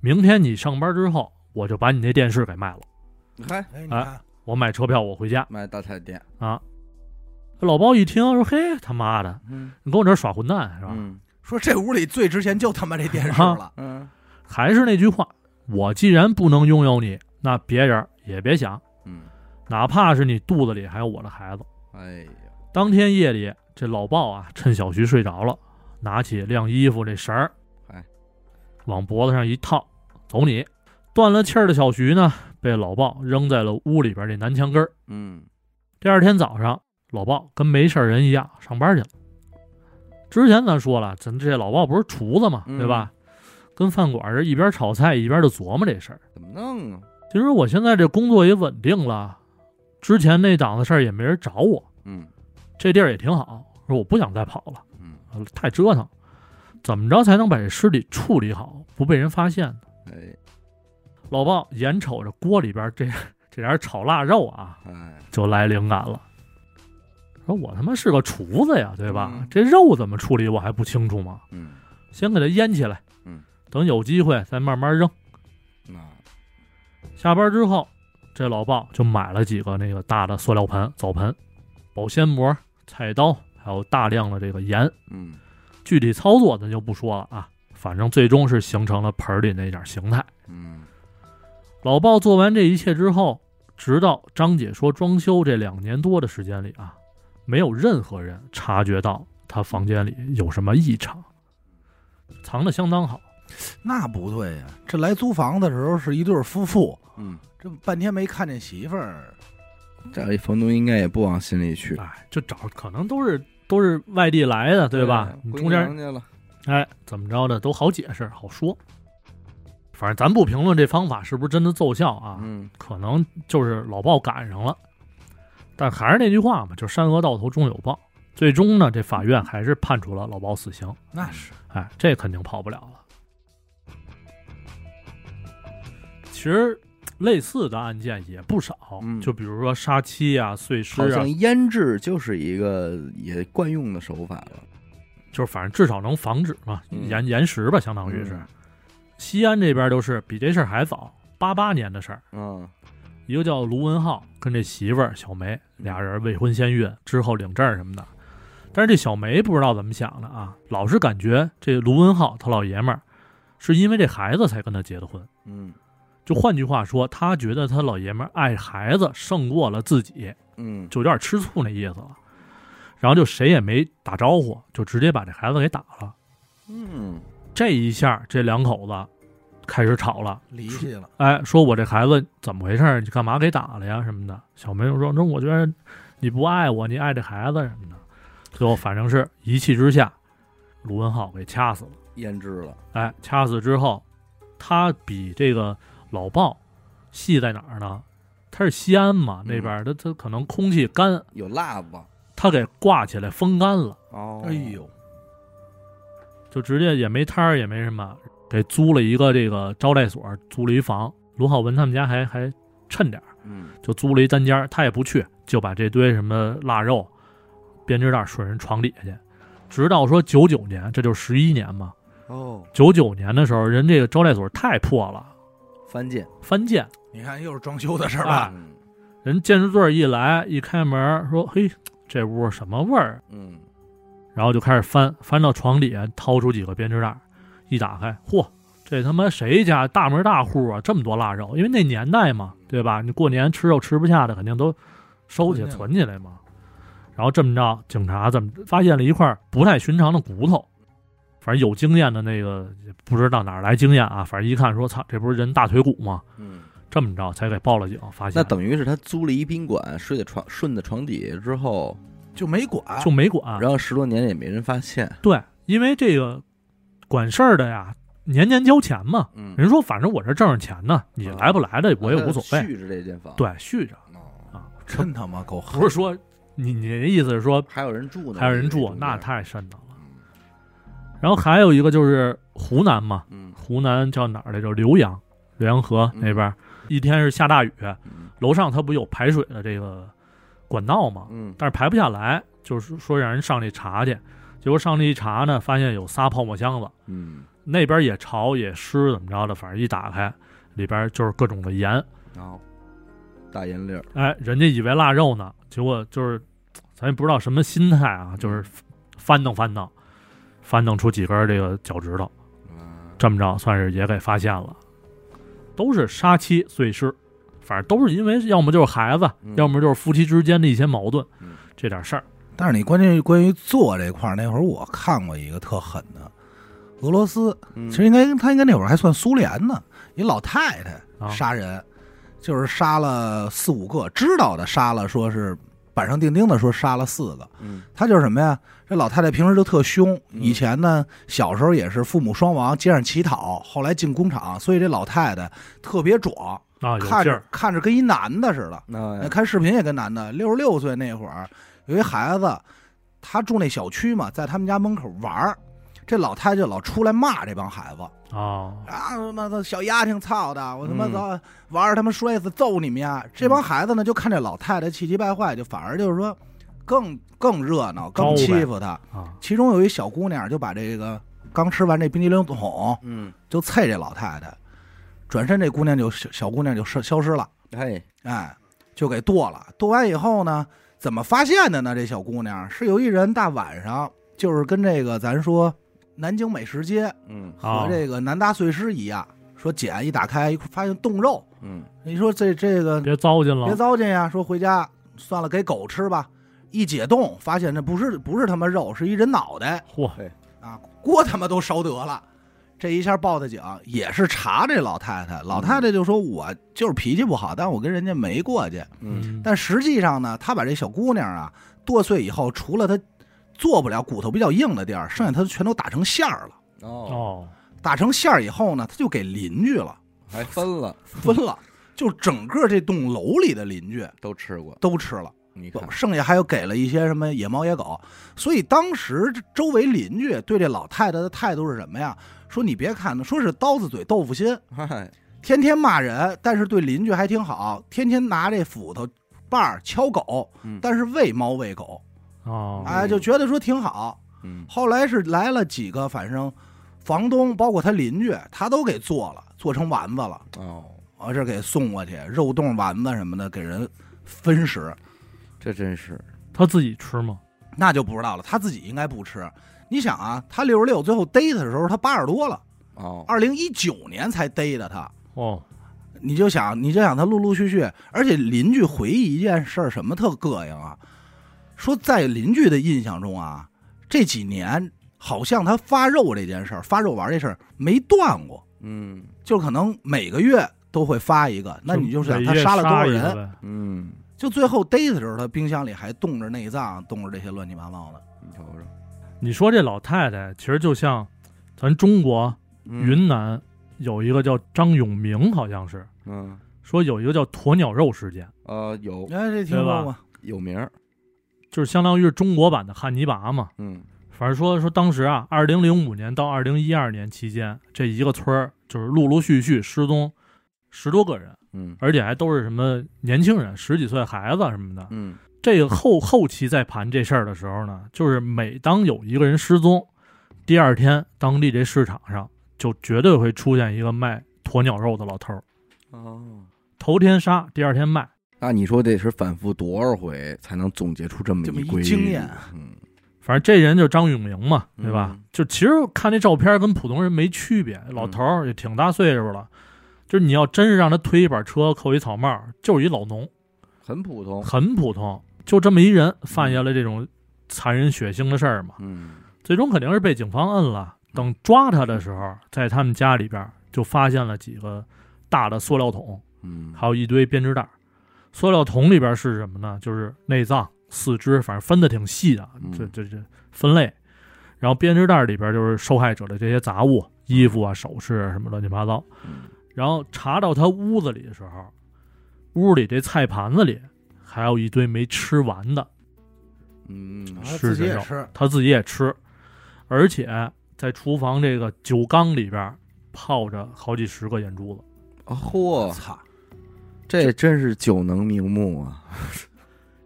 明天你上班之后，我就把你那电视给卖了，你看哎，你看，我买车票，我回家。买大菜店，”老鲍一听说：“嘿，他妈的，嗯你跟我这儿耍混蛋是吧？”嗯说这屋里最值钱就他妈这电视了，嗯还是那句话，我既然不能拥有你，那别人也别想，嗯，哪怕是你肚子里还有我的孩子。哎呀，当天夜里，这老鲍啊，趁小徐睡着了，拿起晾衣服这绳儿，哎，往脖子上一套，走你！断了气儿的小徐呢，被老鲍扔在了屋里边这南墙根儿。嗯第二天早上，老鲍跟没事儿人一样上班去了。之前咱说了，咱这老鲍不是厨子嘛，嗯对吧？跟饭馆儿这一边炒菜一边就琢磨这事儿。怎么弄啊？其实我现在这工作也稳定了，之前那档子事儿也没人找我，嗯这地儿也挺好。说我不想再跑了，嗯，呃太折腾。怎么着才能把这尸体处理好，不被人发现呢？哎老鲍眼瞅着锅里边这这点炒腊肉啊，哎，就来灵感了。说我他妈是个厨子呀，对吧？嗯这肉怎么处理我还不清楚吗？嗯，先给它腌起来，嗯，等有机会再慢慢扔。那下班之后，这老鲍就买了几个那个大的塑料盆、澡盆、保鲜膜、菜刀，还有大量的这个盐。嗯具体操作咱就不说了啊，反正最终是形成了盆儿里那点形态。嗯老鲍做完这一切之后，直到张姐说装修这两年多的时间里啊，没有任何人察觉到他房间里有什么异常，藏得相当好。那不对呀，这来租房的时候是一对夫妇，嗯，这半天没看见媳妇儿，这一房东应该也不往心里去，哎，这找可能都是都是外地来的，对吧？你回中间哎娘家了，哎，怎么着的都好解释，好说。反正咱不评论这方法是不是真的奏效啊，嗯可能就是老鲍赶上了。但还是那句话嘛，就山河到头终有报。最终呢，这法院还是判处了老鲍死刑。那是哎，这肯定跑不了了。实类似的案件也不少，嗯就比如说杀妻啊、碎尸好啊像，腌制就是一个也惯用的手法了，就是反正至少能防止嘛，嗯延延时吧，相当于是。西安这边就是比这事儿还早，八八年的事儿。嗯，一个叫卢文浩，跟这媳妇儿小梅俩人未婚先孕，之后领证什么的。但是这小梅不知道怎么想的啊，老是感觉这卢文浩他老爷们儿是因为这孩子才跟他结的婚。嗯就换句话说，他觉得他老爷们儿爱孩子胜过了自己，嗯就有点吃醋那意思了。然后就谁也没打招呼，就直接把这孩子给打了。嗯这一下，这两口子开始吵了。离去了，哎，说我这孩子怎么回事儿？你干嘛给打了呀？什么的。小梅就说：“那我觉得你不爱我，你爱这孩子什么的。”最后反正是一气之下，卢文浩给掐死了。腌制了，哎，掐死之后，他比这个老鲍细在哪儿呢？他是西安嘛，嗯那边儿他他可能空气干，有辣子他给挂起来风干了，哦哎，呦，就直接也没摊儿也没什么，给租了一个这个招待所，租了一房。卢浩文他们家还还趁点儿，嗯就租了一单间儿，他也不去，就把这堆什么腊肉、编织袋顺人床底下去，直到说九九年，这就十一年嘛。哦，九九年的时候，人这个招待所太破了，翻进翻建。你看又是装修的事儿啊吧？嗯人建筑队儿一来，一开门说：“嘿，这屋什么味儿啊嗯，？”然后就开始翻，翻到床底下，掏出几个编织袋儿，一打开，嚯，这他妈谁家大门大户啊，这么多腊肉？因为那年代嘛，对吧？你过年吃肉吃不下的，肯定都收起来存存起来嘛。然后这么着，警察怎么发现了一块不太寻常的骨头？反正有经验的那个也不知道哪儿来经验啊，反正一看说：“操，这不是人大腿骨吗嗯，？”这么着才给报了警，发现那等于是他租了一宾馆，睡在床顺着床底下之后，就没管，就没管。然后十多年也没人发现，对，因为这个管事儿的呀，年年交钱嘛。嗯，人说，反正我这挣着钱呢，你来不来的我也无所他谓。续着这间房，，哦对，续着啊，真他妈够狠不是说你你的意思是说还有人住呢，还有人这住，中间那太瘆得了。然后还有一个就是湖南嘛，嗯湖南叫哪儿来着？浏阳，浏阳河那边儿，一天是下大雨，嗯楼上它不有排水的这个管道吗？嗯，但是排不下来，就是说让人上去查去，结果上去一查呢，发现有仨泡沫箱子。嗯那边也潮也湿，怎么着的，反正一打开，里边就是各种的盐。然后大银粒儿，哎，人家以为腊肉呢，结果就是咱也不知道什么心态啊，嗯就是翻腾翻腾，翻腾出几根这个脚趾头，嗯这么着算是也给发现了。都是杀妻碎尸，反正都是因为要么就是孩子，嗯要么就是夫妻之间的一些矛盾嗯，这点事儿。但是你关键关于做这块儿，那会儿我看过一个特狠的，俄罗斯，嗯其实应该他应该那会儿还算苏联呢，一老太啊太杀人，就是杀了四五个，知道的杀了，说是板上钉钉的说杀了四个。嗯她就是什么呀？这老太太平时就特凶，嗯以前呢小时候也是父母双亡，街上乞讨，后来进工厂，所以这老太太特别壮，啊，有看劲着儿，嗯看着跟一男的似的。那那看视频也跟男的，六十六岁那会儿有一孩子，他住那小区嘛，在他们家门口玩儿，这老太太就老出来骂这帮孩子啊，啊，他妈的小丫挺操的，我他妈嗯早玩儿他妈摔死揍你们呀！这嗯帮孩子呢就看这老太太气急败坏，就反而就是说更更热闹，招更呗欺负她。啊，其中有一小姑娘就把这个刚吃完这冰激凌桶嗯，就啐这老太太，转身这姑娘就小小姑娘就消消失了。嘿，哎，就给剁了。剁完以后呢，怎么发现的呢？这小姑娘是有一人大晚上，就是跟这个咱说南京美食街嗯啊和这个南大碎尸一样，说捡一打开，一发现冻肉。嗯你说这这个别糟践别了，糟践呀，说回家算了，给狗吃吧。一解冻，发现这不是不是他妈肉，是一人脑袋嚯，啊，锅他妈都烧得了。这一下报的警，也是查这老太太。老太太就说：“我就是脾气不好，但我跟人家没过去。”嗯嗯但实际上呢，他把这小姑娘啊剁碎以后，除了她做不了骨头比较硬的地儿，剩下她全都打成馅儿了。哦，哦，打成馅儿以后呢，他就给邻居了，还分了，分了，就整个这栋楼里的邻居都吃过，都吃了，你看，剩下还有给了一些什么野猫野狗。所以当时这周围邻居对这老太太的态度是什么呀？说你别看，说是刀子嘴豆腐心，嗨，天天骂人，但是对邻居还挺好，天天拿这斧头把儿敲狗，嗯但是喂猫喂狗，哦，哎，就觉得说挺好。嗯后来是来了几个，反正房东包括他邻居，他都给做了，做成丸子了，哦，啊，这给送过去，肉冻丸子什么的给人分食，这真是他自己吃吗？那就不知道了。他自己应该不吃。你想啊，他六十六，最后逮他的时候他八十多了，哦，二零一九年才逮的他。哦，你就想，你就想他陆陆续续，而且邻居回忆一件事儿，什么特膈应啊？说在邻居的印象中啊，这几年好像他发肉这件事儿，发肉丸这事儿没断过，嗯就可能每个月都会发一个。那你就想每他月杀了多少一个人？呗？嗯，就最后逮的时候，他冰箱里还冻着内脏，冻着这些乱七八糟的。你瞅瞅，你说这老太太其实就像咱中国嗯，云南有一个叫张永明，好像是嗯说有一个叫鸵鸟肉事件，呃有哎，这听说过？有名儿，就是相当于是中国版的汉尼拔嘛。嗯反正说说当时啊，二零零五年到二零一二年期间，这一个村儿就是陆陆续续失踪十多个人，嗯而且还都是什么年轻人，十几岁孩子什么的。嗯这个后后期在盘这事儿的时候呢，就是每当有一个人失踪，第二天当地这市场上就绝对会出现一个卖鸵鸟肉的老头儿，哦，头天杀，第二天卖。那你说得是反复多少回才能总结出这么这么一规律经验，嗯反正这人就是张永明嘛，对吧？嗯就其实看这照片跟普通人没区别，老头儿也挺大岁数了，就是你要真是让他推一板车、扣一草帽，就是一老农，很普通，很普通，就这么一人犯下了这种残忍血腥的事儿嘛，嗯最终肯定是被警方摁了。等抓他的时候，在他们家里边儿就发现了几个大的塑料桶，嗯，还有一堆编织袋儿。塑料桶里边是什么呢？就是内脏、四肢，反正分的挺细的嗯，这这这分类。然后编织袋里边就是受害者的这些杂物、衣服啊、首饰啊什么乱七八糟。嗯然后查到他屋子里的时候，屋里这菜盘子里还有一堆没吃完的，嗯啊是自己这也种吃，他自己也吃，而且在厨房这个酒缸里边泡着好几十个眼珠子。啊嚯，操！这真是久能瞑目啊，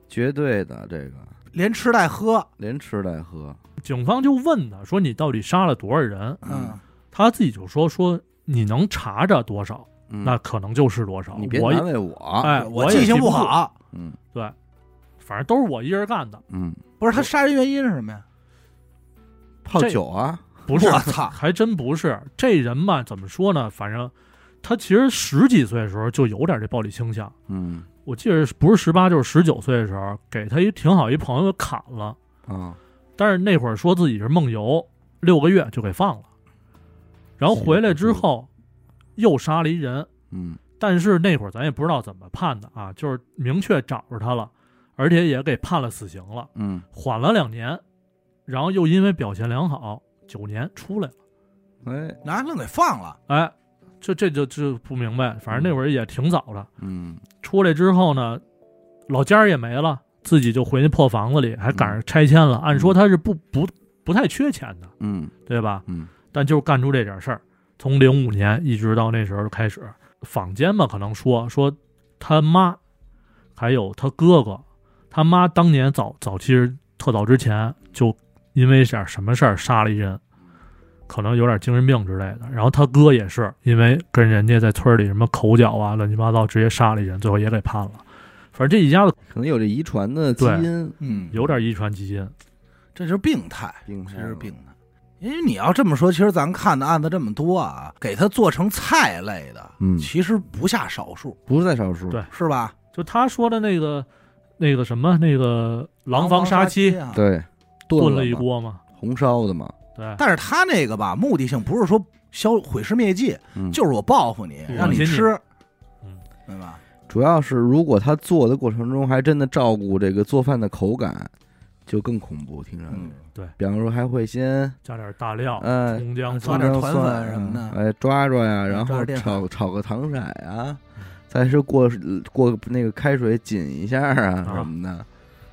绝对的，这个连吃带喝，连吃带喝，警方就问他说：“你到底杀了多少人？”嗯嗯，他自己就说说你能查着多少，嗯那可能就是多少。你别我也难为我，啊哎，我也记性不不，好，嗯对，反正都是我一人干的，嗯，不是他杀人原因是什么呀？泡这酒啊，不是我，操！还真不是。这人吧，怎么说呢？反正他其实十几岁的时候就有点这暴力倾向。嗯我记得不是十八就是十九岁的时候，给他一挺好一朋友砍了，啊，但是那会儿说自己是梦游，六个月就给放了，然后回来之后又杀了一人，嗯但是那会儿咱也不知道怎么判的啊，就是明确找着他了，而且也给判了死刑了，嗯，缓了两年，然后又因为表现良好，九年出来了。哎，拿愣给放了，哎，这这就就不明白，反正那会儿也挺早的。嗯出来之后呢，老家儿也没了，自己就回那破房子里，还赶上拆迁了。按说他是不不不太缺钱的，嗯对吧？嗯但就是干出这点事儿，从零五年一直到那时候开始，坊间嘛可能说说他妈，还有他哥哥，他妈当年早早期是特早之前就因为点什么事儿杀了一人，可能有点精神病之类的。然后他哥也是因为跟人家在村里什么口角啊，乱七八糟，直接杀了一人，最后也给判了。反正这一家子可能有这遗传的基对因嗯，有点遗传基因，这就是病态，病态这了，是病态。因为你要这么说，其实咱看的案子这么多啊，给他做成菜类的，嗯其实不下少数，不在少数，对是吧？就他说的那个那个什么那个狼廊坊杀妻啊，对，炖了了一嘛锅嘛，红烧的嘛，对。但是他那个吧，目的性不是说消毁尸灭迹，嗯，就是我报复你，嗯让你吃，嗯，对吧？主要是如果他做的过程中还真的照顾这个做饭的口感，就更恐怖，听着。嗯，比方说还会先加点大料，哎葱姜抓蒜点葱姜团蒜粉什么的啊哎，抓抓嗯呀，然抓后点淀炒炒个糖色啊，再是过过那个开水紧一下啊啊什么的。啊，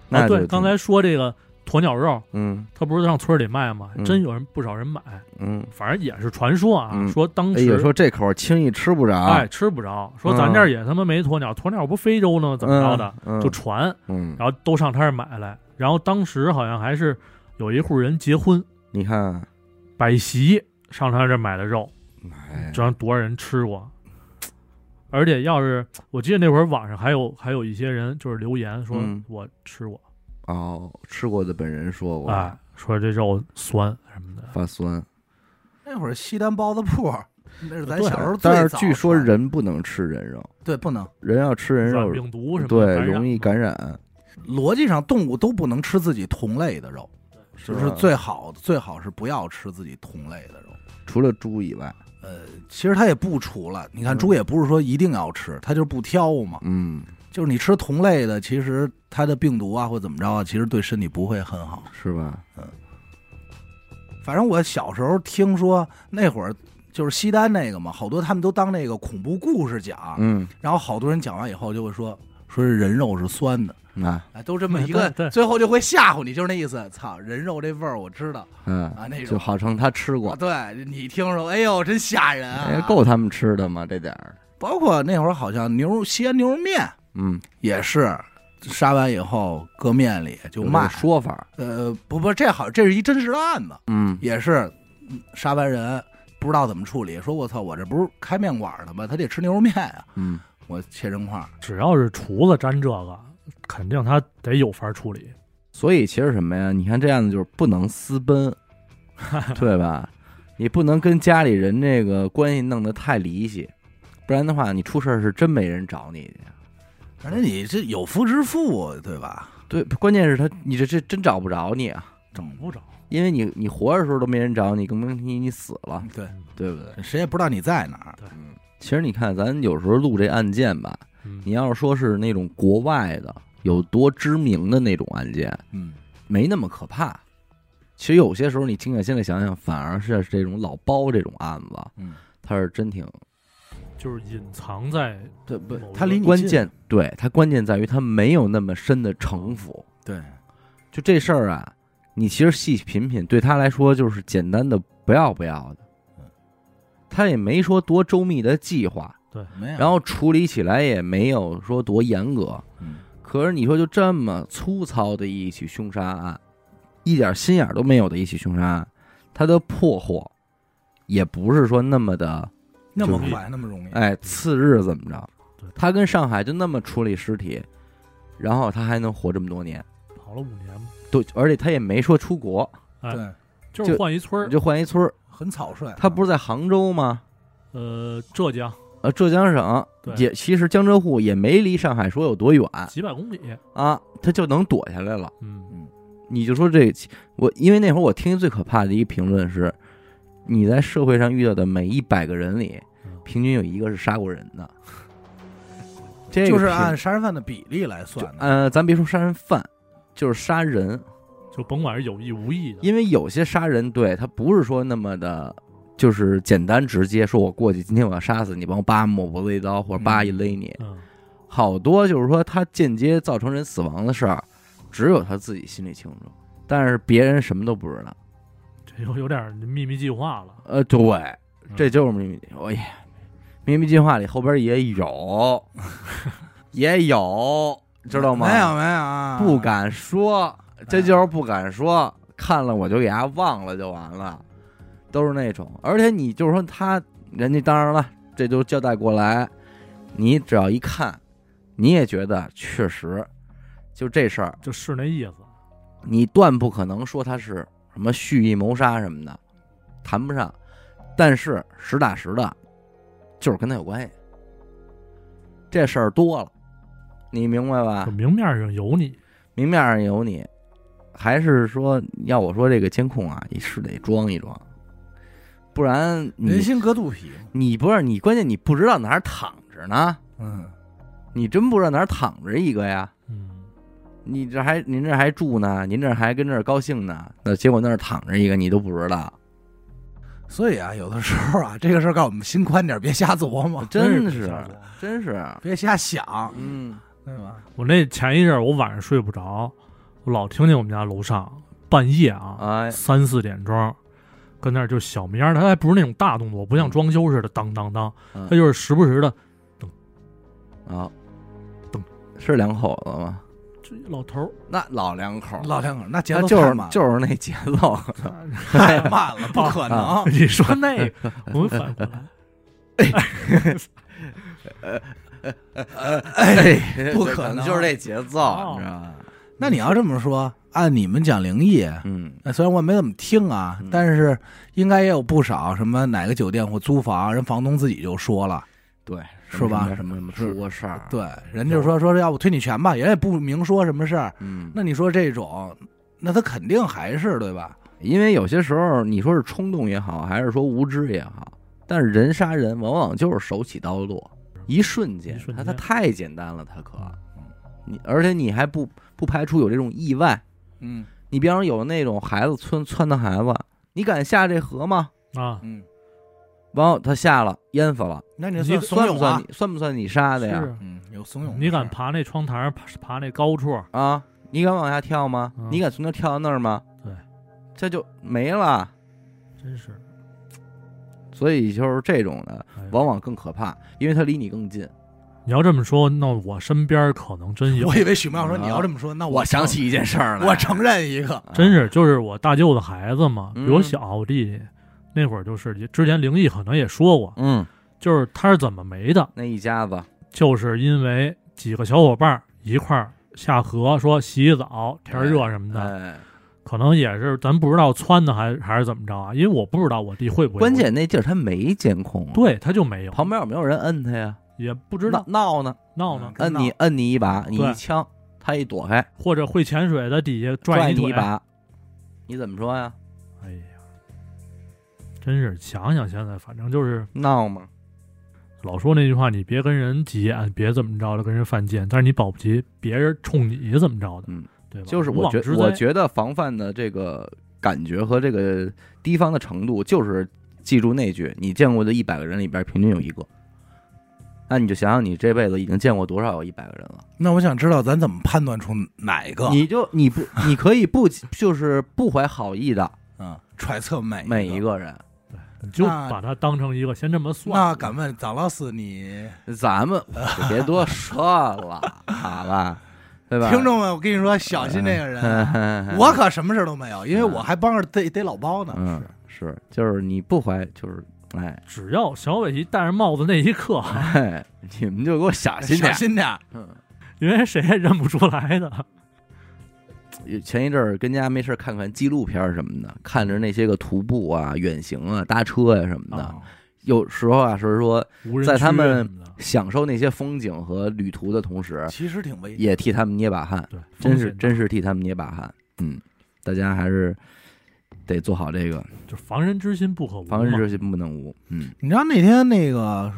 那就对，挺刚才说这个鸵鸟肉，嗯它不是让村里卖吗嗯？真有人不少人买，嗯，反正也是传说啊，嗯说当哎呦，时说这口儿轻易吃不着，哎吃不着，说咱这儿也他妈没鸵鸟，鸵鸟不非洲呢吗？怎么着的？嗯，嗯就传，嗯，然后都上他这儿买来，然后当时好像还是有一户人结婚你看，摆席上他这儿买的肉，哎，这让多少人吃过。而且要是我记得那会儿网上还有还有一些人就是留言说嗯我吃过，哦，吃过的本人说过，哎，说这肉酸什么的，发酸，那会儿西单包子铺，那是咱对小时候最但早是的。据说人不能吃人肉，对不能，人要吃人软肉，病毒什么的对，感染容易感染，逻辑上动物都不能吃自己同类的肉，就是吧最好最好是不要吃自己同类的肉。除了猪以外，呃，其实它也不除了，你看嗯猪也不是说一定要吃，它就是不挑嘛。嗯，就是你吃同类的，其实它的病毒啊或怎么着啊，其实对身体不会很好。是吧？反正我小时候听说那会儿就是西单那个嘛，好多他们都当那个恐怖故事讲，嗯，然后好多人讲完以后就会说，说是人肉是酸的，啊，哎，都这么一对个，对最后就会吓唬你，就是那意思。操，人肉这味儿我知道嗯，啊，那就种。号称他吃啊过，对你听说，哎呦，真吓人哎啊！，够他们吃的吗？这点儿，包括那会儿好像牛西安牛肉面嗯，也是杀完以后搁面里就有这卖个。说法儿，呃，不不，这好，这是一真实的案子，嗯，也是嗯杀完人不知道怎么处理，说我操，我这不是开面馆的吗？他得吃牛肉面啊，嗯，我切成块儿。只要是厨子沾这个，肯定他得有法处理。所以其实什么呀？你看这样子就是不能私奔，对吧？你不能跟家里人这个关系弄得太离析，不然的话，你出事儿是真没人找你去。反正你这有夫之妇，对吧？对，关键是他，你这这真找不着你啊，找不着，因为你你活着时候都没人找你，更甭提你死了，对，对不对？谁也不知道你在哪儿。嗯其实你看，咱有时候录这案件吧，嗯你要是说是那种国外的有多知名的那种案件，嗯，没那么可怕。其实有些时候你静下心来想想，反而是这种老包这种案子，嗯，它是真挺就是隐藏在对不某一他哎个离你关近键，对它关键在于它没有那么深的城府。对，就这事儿啊，你其实细品品，对他来说就是简单的不要不要的嗯，他也没说多周密的计划，没有。然后处理起来也没有说多严格。嗯，可是你说就这么粗糙的一起凶杀案，一点心眼儿都没有的一起凶杀案，它的破获也不是说那么的那么就是快，那么容易。哎次日怎么着对。他跟上海就那么处理尸体，然后他还能活这么多年，跑了五年嘛，对，而且他也没说出国，哎对，就是就换一村儿，就换一村儿。很草率。嗯他不是在杭州吗？呃，浙江呃，浙江省对也其实江浙沪也没离上海说有多远几百公里，啊，他就能躲下来了。嗯，你就说这我，因为那会儿我听最可怕的一评论是，你在社会上遇到的每一百个人里嗯，平均有一个是杀过人 的。这个就是啊平按杀人犯的比例来算的。呃，咱别说杀人犯，就是杀人，就甭管是有意无意的，因为有些杀人对他不是说那么的，就是简单直接，说我过去今天我要杀死你，帮我叭抹脖子一刀或者叭一勒你，嗯，好多就是说他间接造成人死亡的事儿，只有他自己心里清楚，但是别人什么都不知道。这有有点秘密计划了，呃，对，嗯这就是秘密。哎呀，秘密计划里后边也 有，也有，知道吗？没有，没有啊，不敢说，这就是不敢说。看了我就给他忘了就完了，都是那种。而且你就是说他，人家当然了，这就交代过来，你只要一看，你也觉得确实，就这事儿，就是那意思，你断不可能说他是什么蓄意谋杀什么的，谈不上。但是实打实的，就是跟他有关系。这事儿多了，你明白吧就？明面上有你，明面上有你，还是说要我说这个监控啊，也是得装一装，不然人你心隔肚皮。你不是你，关键你不知道哪儿躺着呢，嗯，你真不知道哪儿躺着一个呀。嗯，你这还您这还住呢，您这还跟这儿高兴呢，那结果那儿躺着一个你都不知道，所以啊，有的时候啊，这个事儿告诉我们心宽点儿，别瞎琢磨，真是哦是啊瞎琢磨真是，别瞎想，嗯对吧？我那前一阵儿我晚上睡不着，我老听见我们家楼上半夜啊哎，三四点钟，跟那儿就小绵儿的，它还不是那种大动作，不像装修似的当当当，嗯它就是时不时的，啊咚，是两口子吗？这老 头儿那老两口老两口那节他奏就是是就是那节 奏， 太慢了，不可啊能。你说那个，我没反应过来。 哎不可能就是这节奏，你知道吧？那你要这么说，按你们讲灵异，嗯，那虽然我没怎么听啊嗯，但是应该也有不少什么哪个酒店或租房，人房东自己就说了，对，是吧什么什么是出过事儿？，对，人就说说要不推你全吧，人也不明说什么事儿。嗯，那你说这种，那他肯定还是对吧？因为有些时候你说是冲动也好，还是说无知也好，但是人杀人往往就是手起刀落，一瞬间一，瞬他间他太简单了，他可，你而且你还不不排除有这种意外，嗯你比方说有那种孩子窜窜的孩子，你敢下这河吗？啊，嗯，完后他下了，淹死了，那你你算怂算不恿算啊？你算不算你杀的呀？是嗯，有怂恿的事儿，你敢爬那窗台儿，爬爬那高处，啊，你敢往下跳吗？嗯你敢从那儿跳到那儿吗？对，这就没了。真是所以就是这种的，哎呀往往更可怕，因为它离你更近。你要这么说，那我身边儿可能真有我，以为许妙说你要这么说，那承，一件事儿我承认一 个， 真是就是我大舅的孩子嘛，比我嗯小，我弟弟那会儿就是之前灵异可能也说过，嗯，就是他是怎么没的，那一家子，就是因为几个小伙伴儿一块儿下河，说洗澡、天儿热什么的，哎，可能也是咱不知道窜的还还是怎么着啊，因为我不知道我弟会不会，关键那地儿他没监控啊，对他就没有，旁边有没有人摁他呀？也不知道闹闹呢，闹呢，摁你摁你一把，你对一枪，他一躲开，或者会潜水的底下拽拽你腿一，把，你怎么说呀？哎呀，真是想想现在，反正就是闹吗？老说那句话，你别跟人急眼，别怎么着的跟人犯贱，但是你保不齐别人冲你怎么着的，嗯，对吧？就是无我妄觉之灾我觉得防范的这个感觉和这个提防的程度，就是记住那句：你见过的一百个人里边，平均有一个。那你就想想，你这辈子已经见过多少有一百个人了？那我想知道咱怎么判断出哪个，你就你不，你可以不就是不怀好意的嗯，揣测每每一一。个人。你就那把它当成一个先这么算。那敢问张老师，你咱们就别多说了，好吧？对吧？听众们，我跟你说，小心这个人，啊我可什么事都没有，因为我还帮着逮逮老包呢。嗯是就是你不怀就是哎只要小伟一戴上帽子那一刻， 哎，你们就给我小心小点。心点儿，嗯。因为谁也认不出来的。前一阵儿跟家没事儿看看纪录片儿什么的，看着那些个徒步啊、远行啊、搭车呀、什么的，啊有时候啊，是说无人在区他们什么的享受那些风景和旅途的同时，其实挺危险。也替他们捏把汗，对，真风是险真是替他们捏把汗。嗯，大家还是得做好这个就防人之心不可无嘛。防人之心不能无。嗯，你知道那天那个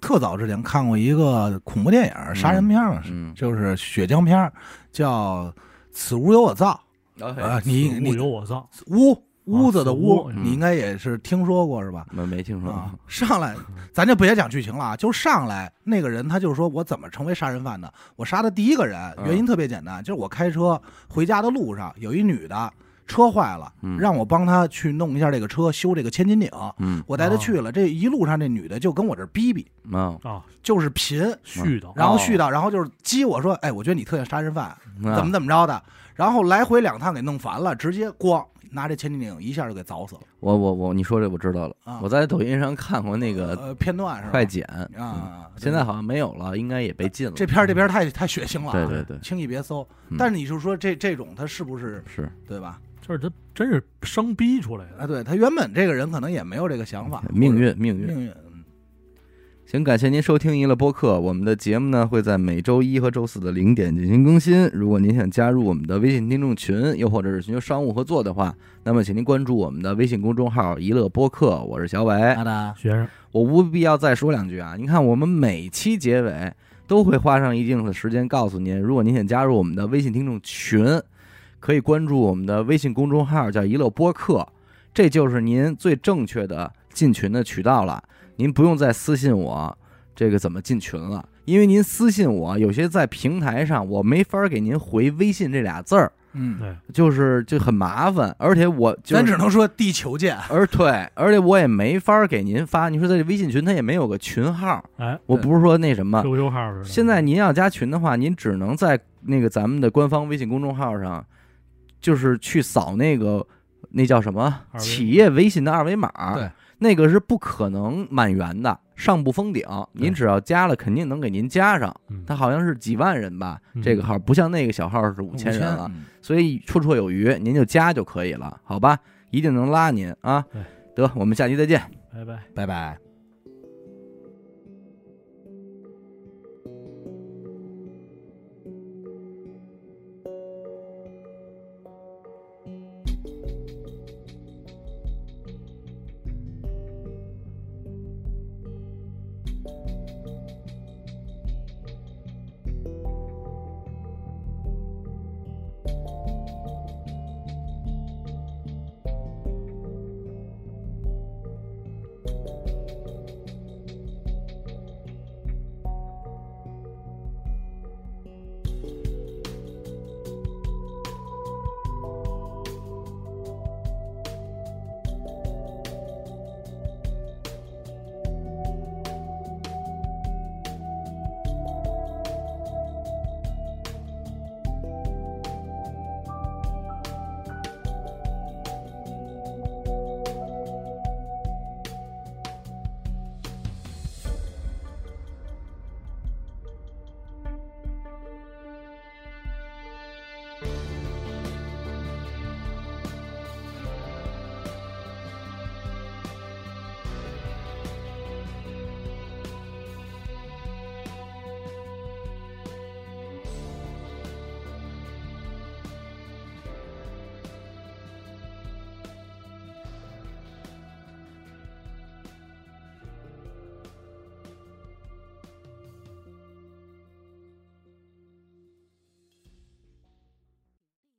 特早之前看过一个恐怖电影，杀人片嘛，嗯就是血浆片儿，叫《此屋有我造》哎啊，你此物你有我造，屋屋子的屋啊，嗯你应该也是听说过是吧？我没听说啊过。，上来，咱就别讲剧情了啊，就上来那个人，他就说我怎么成为杀人犯的？我杀的第一个人，嗯原因特别简单，就是我开车回家的路上有一女的车坏了，嗯让我帮她去弄一下这个车，修这个千斤顶。嗯，我带她哦去了，这一路上这女的就跟我这儿逼逼，没有，啊，就是贫，絮叨。哦然后絮叨，然后就是激我说，哎，我觉得你特像杀人犯，那怎么怎么着的，然后来回两趟给弄烦了，直接咣拿这千斤顶一下就给凿死了我我我，你说这我知道了啊。我在抖音上看过那个呃片段是吧？快剪嗯啊，现在好像没有了，应该也被禁了。这片儿这片儿太太血腥了啊，嗯对对对，轻易别搜嗯。但是你就说这这种他是不是是对吧？就是他真是生逼出来的。啊，对他原本这个人可能也没有这个想法，命或者运命运。命运。嗯行，感谢您收听娱乐播客。我们的节目呢会在每周一和周四的零点进行更新。如果您想加入我们的微信听众群，又或者是寻求商务合作的话，那么请您关注我们的微信公众号“娱乐播客”。我是小伟，的，学生，我无必要再说两句啊。您看，我们每期结尾都会花上一定的时间告诉您，如果您想加入我们的微信听众群，可以关注我们的微信公众号叫“娱乐播客”，这就是您最正确的进群的渠道了。您不用再私信我这个怎么进群了，因为您私信我，有些在平台上我没法给您回微信这俩字儿，嗯，就是就很麻烦，而且我就咱是只能说地球见。啊而对，而且我也没法给您发，你说在这微信群它也没有个群号，哎我不是说那什么， ，QQ 号似的。啊现在您要加群的话，您只能在那个咱们的官方微信公众号上，就是去扫那个那叫什么二维码企业微信的二维码，对，那个是不可能满员的，上不封顶。您只要加了，肯定能给您加上。嗯它好像是几万人吧，嗯这个号不像那个小号是五千人了，嗯，所以绰绰有余，您就加就可以了，好吧？一定能拉您啊对！得，我们下期再见。嗯拜拜。拜拜。